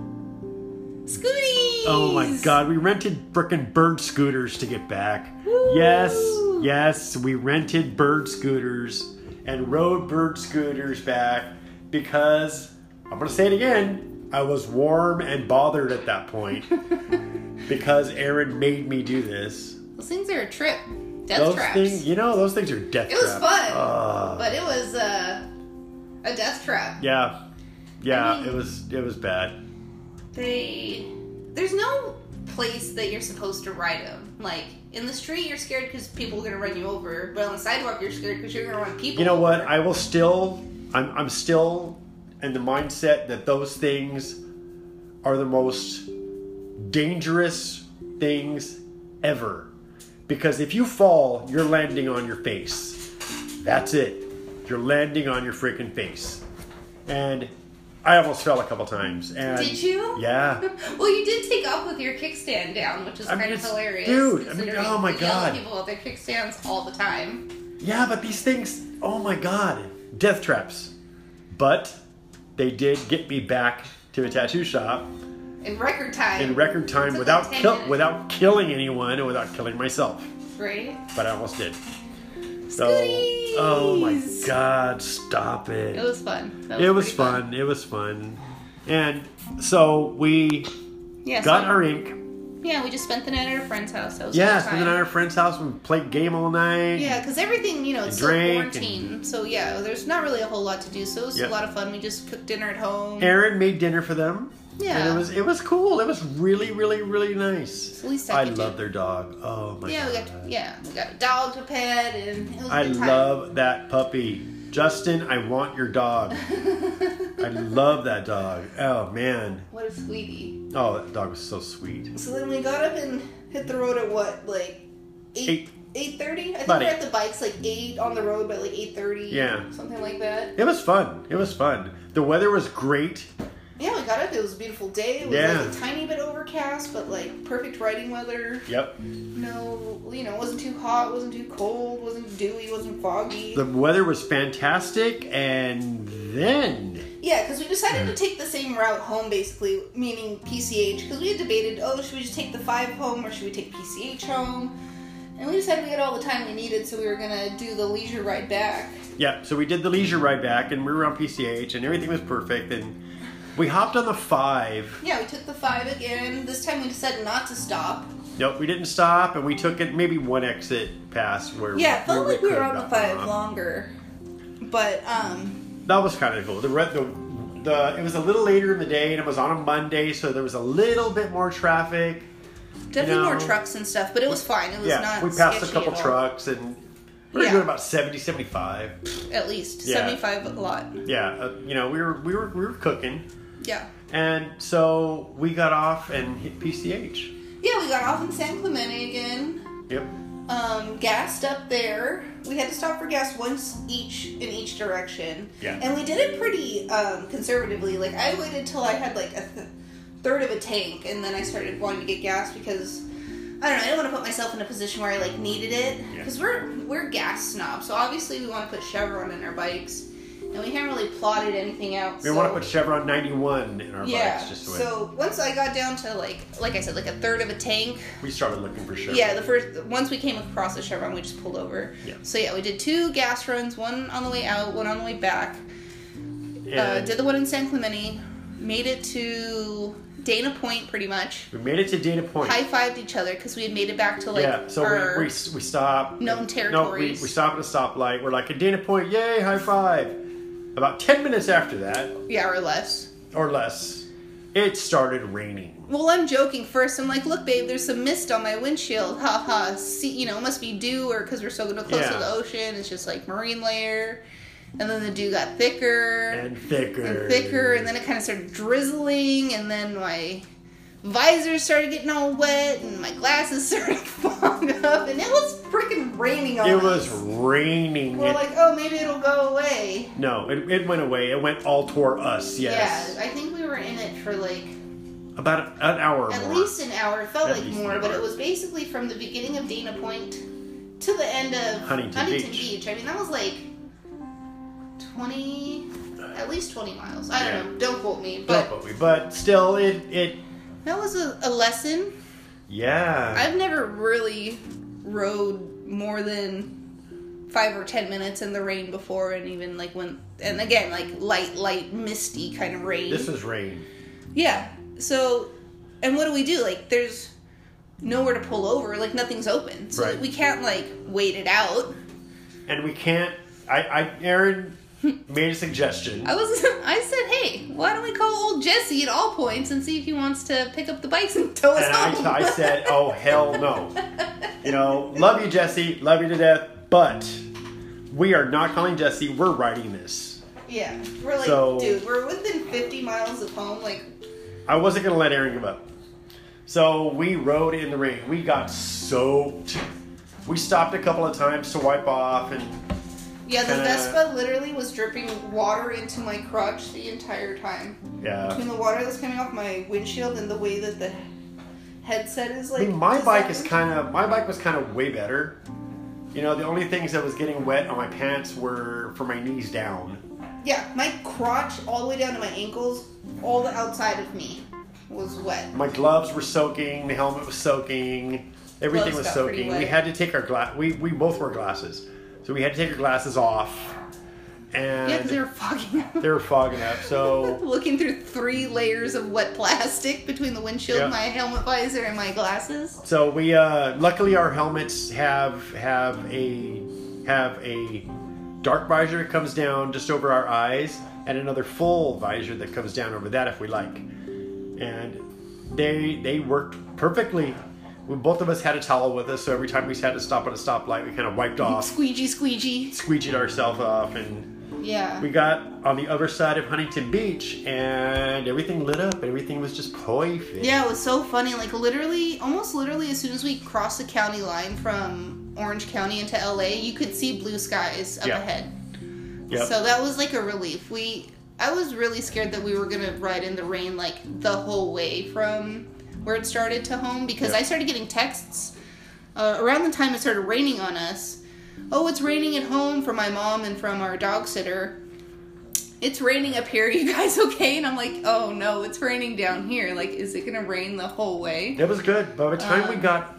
S2: Scooties.
S1: Oh my god, we rented frickin' bird scooters to get back.
S2: Woo!
S1: Yes, yes, we rented bird scooters and rode bird scooters back because I'm gonna say it again. I was warm and bothered at that point because Aaron made me do this.
S2: Those things are a trip. Death
S1: those
S2: traps.
S1: things, you know, those things are death
S2: It was
S1: traps.
S2: fun,
S1: Ugh.
S2: But it was uh, a death trap.
S1: yeah, yeah,
S2: I mean-
S1: it was it was bad.
S2: They there's no place that you're supposed to ride them. Like in the street, you're scared because people are gonna run you over. But on the sidewalk, you're scared because you're gonna run people.
S1: You know what?
S2: over.
S1: I will still. I'm. I'm still in the mindset that those things are the most dangerous things ever, because if you fall, you're landing on your face. That's it. You're landing on your freaking face, and I almost fell a couple times. And
S2: Did you?
S1: Yeah.
S2: Well, you did take off with your kickstand down, which is
S1: I mean,
S2: kind of
S1: it's-
S2: hilarious.
S1: dude, I mean,
S2: considering
S1: oh my
S2: we yell at
S1: God.
S2: People with their kickstands all the time.
S1: Yeah, but these things, oh my god, death traps. But they did get me back to a tattoo shop
S2: In record time.
S1: in record time
S2: Took
S1: without
S2: like 10
S1: kill
S2: minutes.
S1: without killing anyone and without killing myself.
S2: Right?
S1: But I almost did. So, oh my
S2: Scooties!
S1: god, stop it.
S2: It was fun. That
S1: It was
S2: pretty
S1: fun. It was fun. And so we
S2: Yeah,
S1: got
S2: so-
S1: our ink.
S2: yeah, we just spent the night at our friend's house. That was
S1: Yes,
S2: fun
S1: and then at our friend's house we played game all night.
S2: Yeah, because everything, you know, it's still
S1: drank
S2: quarantine. So, yeah, there's not really a whole lot to do. So, it was
S1: Yeah.
S2: a lot of fun. We just cooked dinner at home.
S1: Aaron made dinner for them.
S2: Yeah.
S1: And it was it was cool. It was really, really, really nice.
S2: At least I,
S1: I
S2: could
S1: love
S2: do.
S1: their dog. Oh my
S2: Yeah, we
S1: god.
S2: got yeah, we got a dog to pet, and it was a
S1: I
S2: good time.
S1: love that puppy. Justin, I want your dog. I love that dog. Oh man.
S2: what a sweetie.
S1: Oh, that dog was so sweet.
S2: So then we got up and hit the road at what, like
S1: Eight.
S2: eight eight thirty? I think
S1: About
S2: we're
S1: eight.
S2: at the bikes like eight on the road by like eight thirty.
S1: Yeah.
S2: something like that.
S1: It was fun. It was fun. The weather was great.
S2: Yeah, we got up. It was a beautiful day. It was
S1: Yeah.
S2: like a tiny bit overcast, but like perfect riding weather.
S1: Yep.
S2: No, you know, wasn't too hot, wasn't too cold, wasn't dewy, wasn't foggy.
S1: The weather was fantastic and then
S2: Yeah, because we decided to take the same route home, basically, meaning PCH, because we had debated, oh, should we just take the 5 home or should we take PCH home? And we decided we had all the time we needed, so we were going to do the leisure ride back.
S1: yeah, so we did the leisure ride back and we were on PCH and everything was perfect and we hopped on the 5
S2: Yeah, we took the 5 again. This time we decided not to stop.
S1: Nope, we didn't stop, and we took it maybe one exit past where.
S2: Yeah, it felt
S1: where
S2: like we were
S1: could've
S2: on the
S1: gotten
S2: 5
S1: off.
S2: longer. But, um,
S1: That was kind of cool. The, re- the the it was a little later in the day, and it was on a Monday, so there was a little bit more traffic. No.
S2: definitely more trucks and stuff, but it was fine. It was
S1: yeah,
S2: not
S1: we passed a
S2: sketchy
S1: couple
S2: at all.
S1: trucks, and we were
S2: Yeah.
S1: doing about 70, 75.
S2: At least.
S1: Yeah.
S2: 75 a lot.
S1: Yeah, uh, you know, we were we were we were cooking,
S2: Yeah.
S1: And so we got off and hit PCH.
S2: Yeah, we got off in San Clemente again.
S1: Yep.
S2: um, gassed up there. We had to stop for gas once each in each direction.
S1: Yeah.
S2: And we did it pretty um, conservatively. Like I waited till I had like a th- third of a tank, and then I started wanting to get gas because I don't know. I didn't want to put myself in a position where I like needed it
S1: Yeah.
S2: because we're we're gas snobs. So obviously we want to put Chevron in our bikes, and we haven't really plotted anything out.
S1: We
S2: so.
S1: want to put Chevron 91 in our
S2: yeah.
S1: bikes just so,
S2: so once I got down to like like I said like a third of a tank,
S1: we started looking for Chevron.
S2: yeah, the first once we came across the Chevron, we just pulled over.
S1: Yeah.
S2: So yeah, we did two gas runs, one on the way out, one on the way back. Uh,
S1: And
S2: did the one in San Clemente, made it to Dana Point pretty much.
S1: we made it to Dana Point.
S2: High fived each other because we had made it back to like
S1: yeah, so
S2: our
S1: we, we, we stopped.
S2: known
S1: No, we, we
S2: territories.
S1: stopped at a stoplight. We're like, at Dana Point, yay, high five. About 10 minutes after that,
S2: yeah or less.
S1: or less, it started raining.
S2: Well, I'm joking first. I'm like, look, babe, there's some mist on my windshield. Ha ha. See, you know, it must be dew or because we're so close to
S1: Yeah.
S2: the ocean. It's just like marine layer. And then the dew got thicker.
S1: And thicker.
S2: and thicker, and then it kind of started drizzling, and then my visor started getting all wet, and my glasses started fogging up, and it was freaking raining on
S1: It
S2: us.
S1: was raining.
S2: We're
S1: It-
S2: like, oh, maybe it'll go away.
S1: no, it, it went away. It went all toward us, yes.
S2: Yeah, I think we were in it for like
S1: About an hour or
S2: at
S1: more.
S2: least an hour. It felt
S1: At
S2: like
S1: least
S2: more,
S1: an
S2: but
S1: hour.
S2: it was basically from the beginning of Dana Point to the end of
S1: Huntington Beach.
S2: Beach. I mean, that was like twenty, at least twenty miles. I don't
S1: Yeah.
S2: know. Don't quote me,
S1: No,
S2: but
S1: but, we, but still, it, it
S2: that was a, a lesson.
S1: yeah.
S2: I've never really rode more than five or ten minutes in the rain before, and even like when, and again, like light, light, misty kind of rain.
S1: this is rain.
S2: yeah. So, and what do we do? Like, there's nowhere to pull over. Like, nothing's open, so
S1: Right.
S2: we can't like wait it out.
S1: And we can't. I, I Aaron made a suggestion.
S2: I was, I said, hey, why don't we call old Jesse at all points and see if he wants to pick up the bikes and tow us
S1: And
S2: home?
S1: I, I said, oh, hell no. You know, love you, Jesse. Love you to death. But we are not calling Jesse. We're writing this.
S2: yeah, we're like,
S1: So-
S2: dude, we're within 50 miles of home. Like,
S1: I wasn't going to let Aaron give up. So we rode in the rain. We got soaked. We stopped a couple of times to wipe off. And
S2: Yeah, the
S1: Kinda-
S2: Vespa literally was dripping water into my crotch the entire time.
S1: yeah.
S2: Between the water that's coming off my windshield and the way that the headset is
S1: I
S2: like.
S1: mean, my bike is
S2: designed.
S1: kind of, my bike was kind of way better. You know, the only things that was getting wet on my pants were from my knees down.
S2: Yeah, my crotch all the way down to my ankles, all the outside of me was wet.
S1: My gloves were soaking. The helmet was soaking. Everything
S2: Gloves
S1: was
S2: got pretty
S1: soaking.
S2: wet.
S1: We had to take our glass. We we both wore glasses, so we had to take our glasses off, and
S2: Yeah, because they were fogging up.
S1: they were fogging up. So
S2: Looking through three layers of wet plastic between the windshield,
S1: Yeah.
S2: my helmet visor, and my glasses.
S1: so we uh, luckily our helmets have have a have a dark visor that comes down just over our eyes, and another full visor that comes down over that if we like, and they they worked perfectly. We, both of us had a towel with us, so every time we had to stop at a stoplight, we kind of wiped off.
S2: Squeegee, squeegee.
S1: squeegeed ourselves off and
S2: Yeah.
S1: we got on the other side of Huntington Beach and everything lit up. Everything was just perfect.
S2: Yeah, it was so funny. Like literally, almost literally, as soon as we crossed the county line from Orange County into LA, you could see blue skies up
S1: Yeah.
S2: ahead.
S1: Yep.
S2: So that was like a relief. We, I was really scared that we were gonna ride in the rain like the whole way from where it started to home because
S1: Yeah.
S2: I started getting texts uh, around the time it started raining on us. Oh, it's raining at home from my mom and from our dog sitter. It's raining up here. You guys okay? And I'm like, oh no, it's raining down here. Like, is it gonna rain the whole way?
S1: it was good. By the time we
S2: Um,
S1: got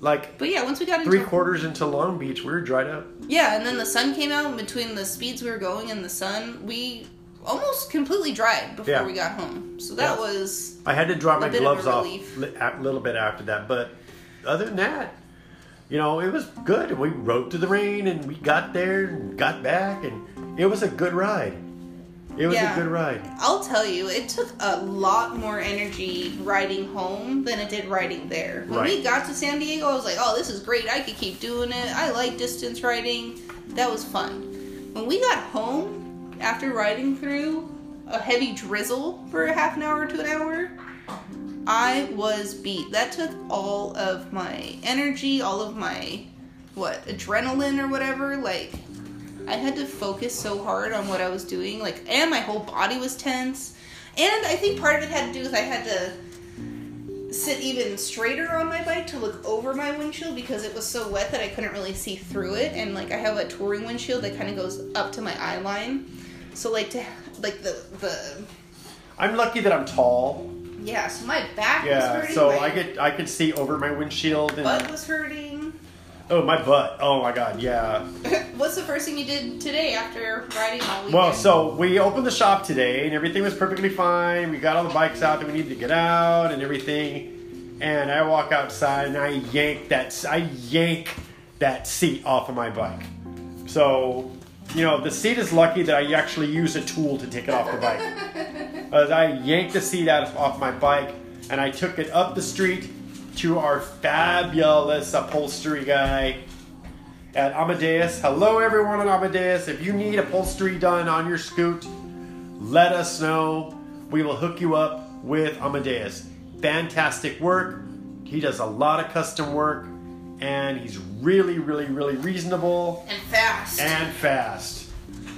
S1: like
S2: But yeah, once we got into
S1: three quarters into Long Beach, we were dried up.
S2: Yeah, and then the sun came out and between the speeds we were going and the sun. We almost completely dried before
S1: Yeah.
S2: we got home. So that
S1: Yeah.
S2: was
S1: I had to drop my
S2: Little bit of a
S1: gloves off
S2: relief.
S1: li- a little bit after that, but other than that, you know, it was good. We rode through the rain and we got there and got back, and it was a good ride. It was
S2: Yeah.
S1: a good ride.
S2: I'll tell you, it took a lot more energy riding home than it did riding there. When we
S1: Right.
S2: got to San Diego, I was like, "Oh, this is great. I could keep doing it. I like distance riding. That was fun." When we got home after riding through a heavy drizzle for a half an hour to an hour. I was beat. That took all of my energy, all of my what, adrenaline or whatever. Like I had to focus so hard on what I was doing, like and my whole body was tense. And I think part of it had to do with I had to sit even straighter on my bike to look over my windshield because it was so wet that I couldn't really see through it and like I have a touring windshield that kind of goes up to my eye line. So like to like the the
S1: I'm lucky that I'm tall.
S2: yeah, so my back was
S1: Yeah,
S2: hurting.
S1: so
S2: my
S1: I get I can see over my windshield and
S2: butt was hurting.
S1: oh my butt. Oh my god, yeah.
S2: What's the first thing you did today after riding all weekend?
S1: Well, so we opened the shop today and everything was perfectly fine. We got all the bikes out that we needed to get out and everything. And I walk outside and I yank that I yank that seat off of my bike. So, you know, the seat is lucky that I actually use a tool to take it off the bike. As I yanked the seat out of, off my bike and I took it up the street to our fabulous upholstery guy at Amadeus. Hello, everyone at Amadeus. If you need upholstery done on your scoot, let us know. We will hook you up with Amadeus. Fantastic work. He does a lot of custom work and he's really, really, really reasonable
S2: and fast.
S1: and fast.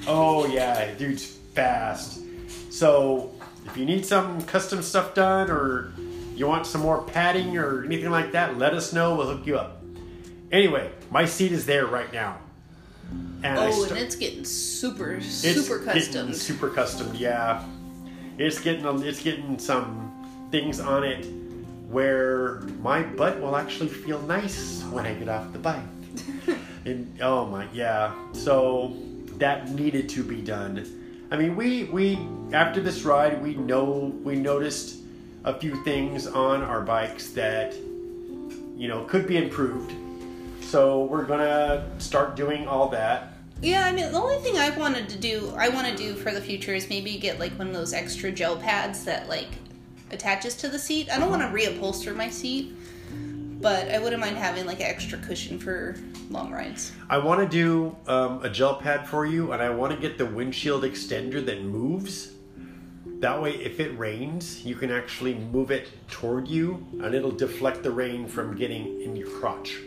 S1: Oh, yeah, dude's fast. So, if you need some custom stuff done or you want some more padding or anything like that, let us know. We'll hook you up. Anyway, my seat is there right now. And
S2: oh,
S1: sta-
S2: and it's getting super,
S1: it's
S2: super
S1: getting
S2: custom.
S1: Super custom, yeah. It's getting a- it's getting some things on it where my butt will actually feel nice when I get off the bike. and oh my, yeah. So that needed to be done. I mean, we we after this ride, we know we noticed a few things on our bikes that you know could be improved. So we're gonna start doing all that.
S2: yeah, I mean, the only thing I wanted to do, I want to do for the future is maybe get like one of those extra gel pads that like attaches to the seat. I don't want to reupholster my seat, but I wouldn't mind having like an extra cushion for long rides.
S1: I want to do um, a gel pad for you, and I want to get the windshield extender that moves. That way, if it rains, you can actually move it toward you, and it'll deflect the rain from getting in your crotch.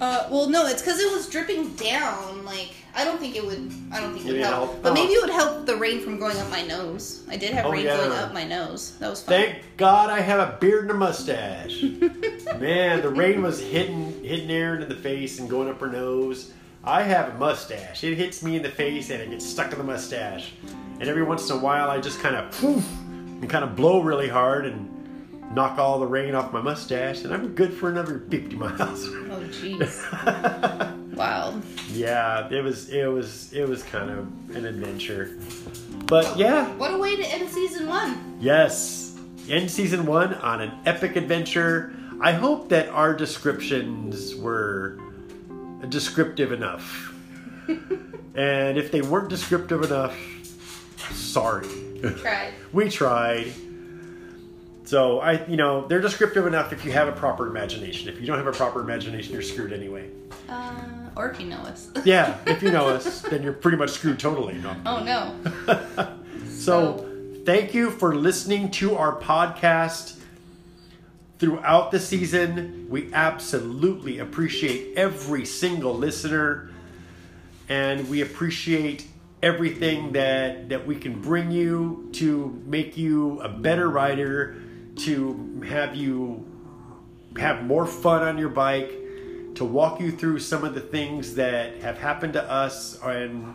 S2: Uh, well, no, it's because it was dripping down. Like, I don't think it would. I don't think it would
S1: Maybe it'll
S2: help.
S1: help.
S2: But
S1: Oh.
S2: maybe it would help the rain from going up my nose. I did have
S1: Oh,
S2: rain
S1: yeah.
S2: going up my nose. That was fun.
S1: Thank God I have a beard and a mustache. Man, the rain was hitting hitting Erin in the face and going up her nose. I have a mustache. It hits me in the face and it gets stuck in the mustache. And every once in a while, I just kind of poof and kind of blow really hard and knock all the rain off my mustache, and I'm good for another 50 miles.
S2: Oh, jeez. wow.
S1: yeah, it was it was it was kind of an adventure. But yeah,
S2: What a way to end season one.
S1: Yes. End season one on an epic adventure. I hope that our descriptions were descriptive enough. and if they weren't descriptive enough, sorry.
S2: Tried.
S1: we tried. So I you know, they're descriptive enough if you have a proper imagination. If you don't have a proper imagination, you're screwed anyway.
S2: Uh, or if you know us.
S1: Yeah, if you know us, then you're pretty much screwed totally. No, I'm
S2: oh, no.
S1: So, thank you for listening to our podcast throughout the season. We absolutely appreciate every single listener and we appreciate everything that that we can bring you to make you a better rider, to have you have more fun on your bike, to walk you through some of the things that have happened to us and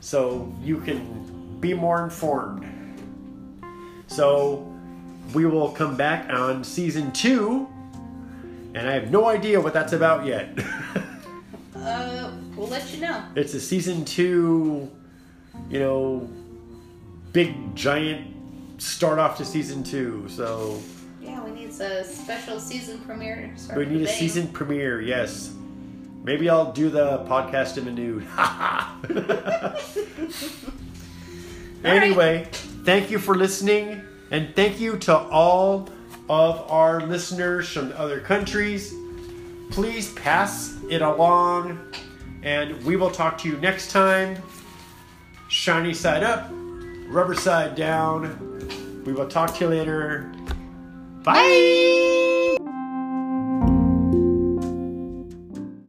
S1: so you can be more informed. So we will come back on season two, and I have no idea what that's about yet.
S2: Uh, we'll let you know.
S1: it's a season two, you know, big giant start off to season two. So
S2: Yeah, we need a special season premiere. Start
S1: we
S2: with
S1: need a
S2: bang.
S1: season premiere, yes. Maybe I'll do the podcast in the nude. anyway, thank you for listening, and thank you to all of our listeners from other countries. Please pass it along, and we will talk to you next time. Shiny side up, Rubber side down. We will talk to you later. Bye.
S2: Bye.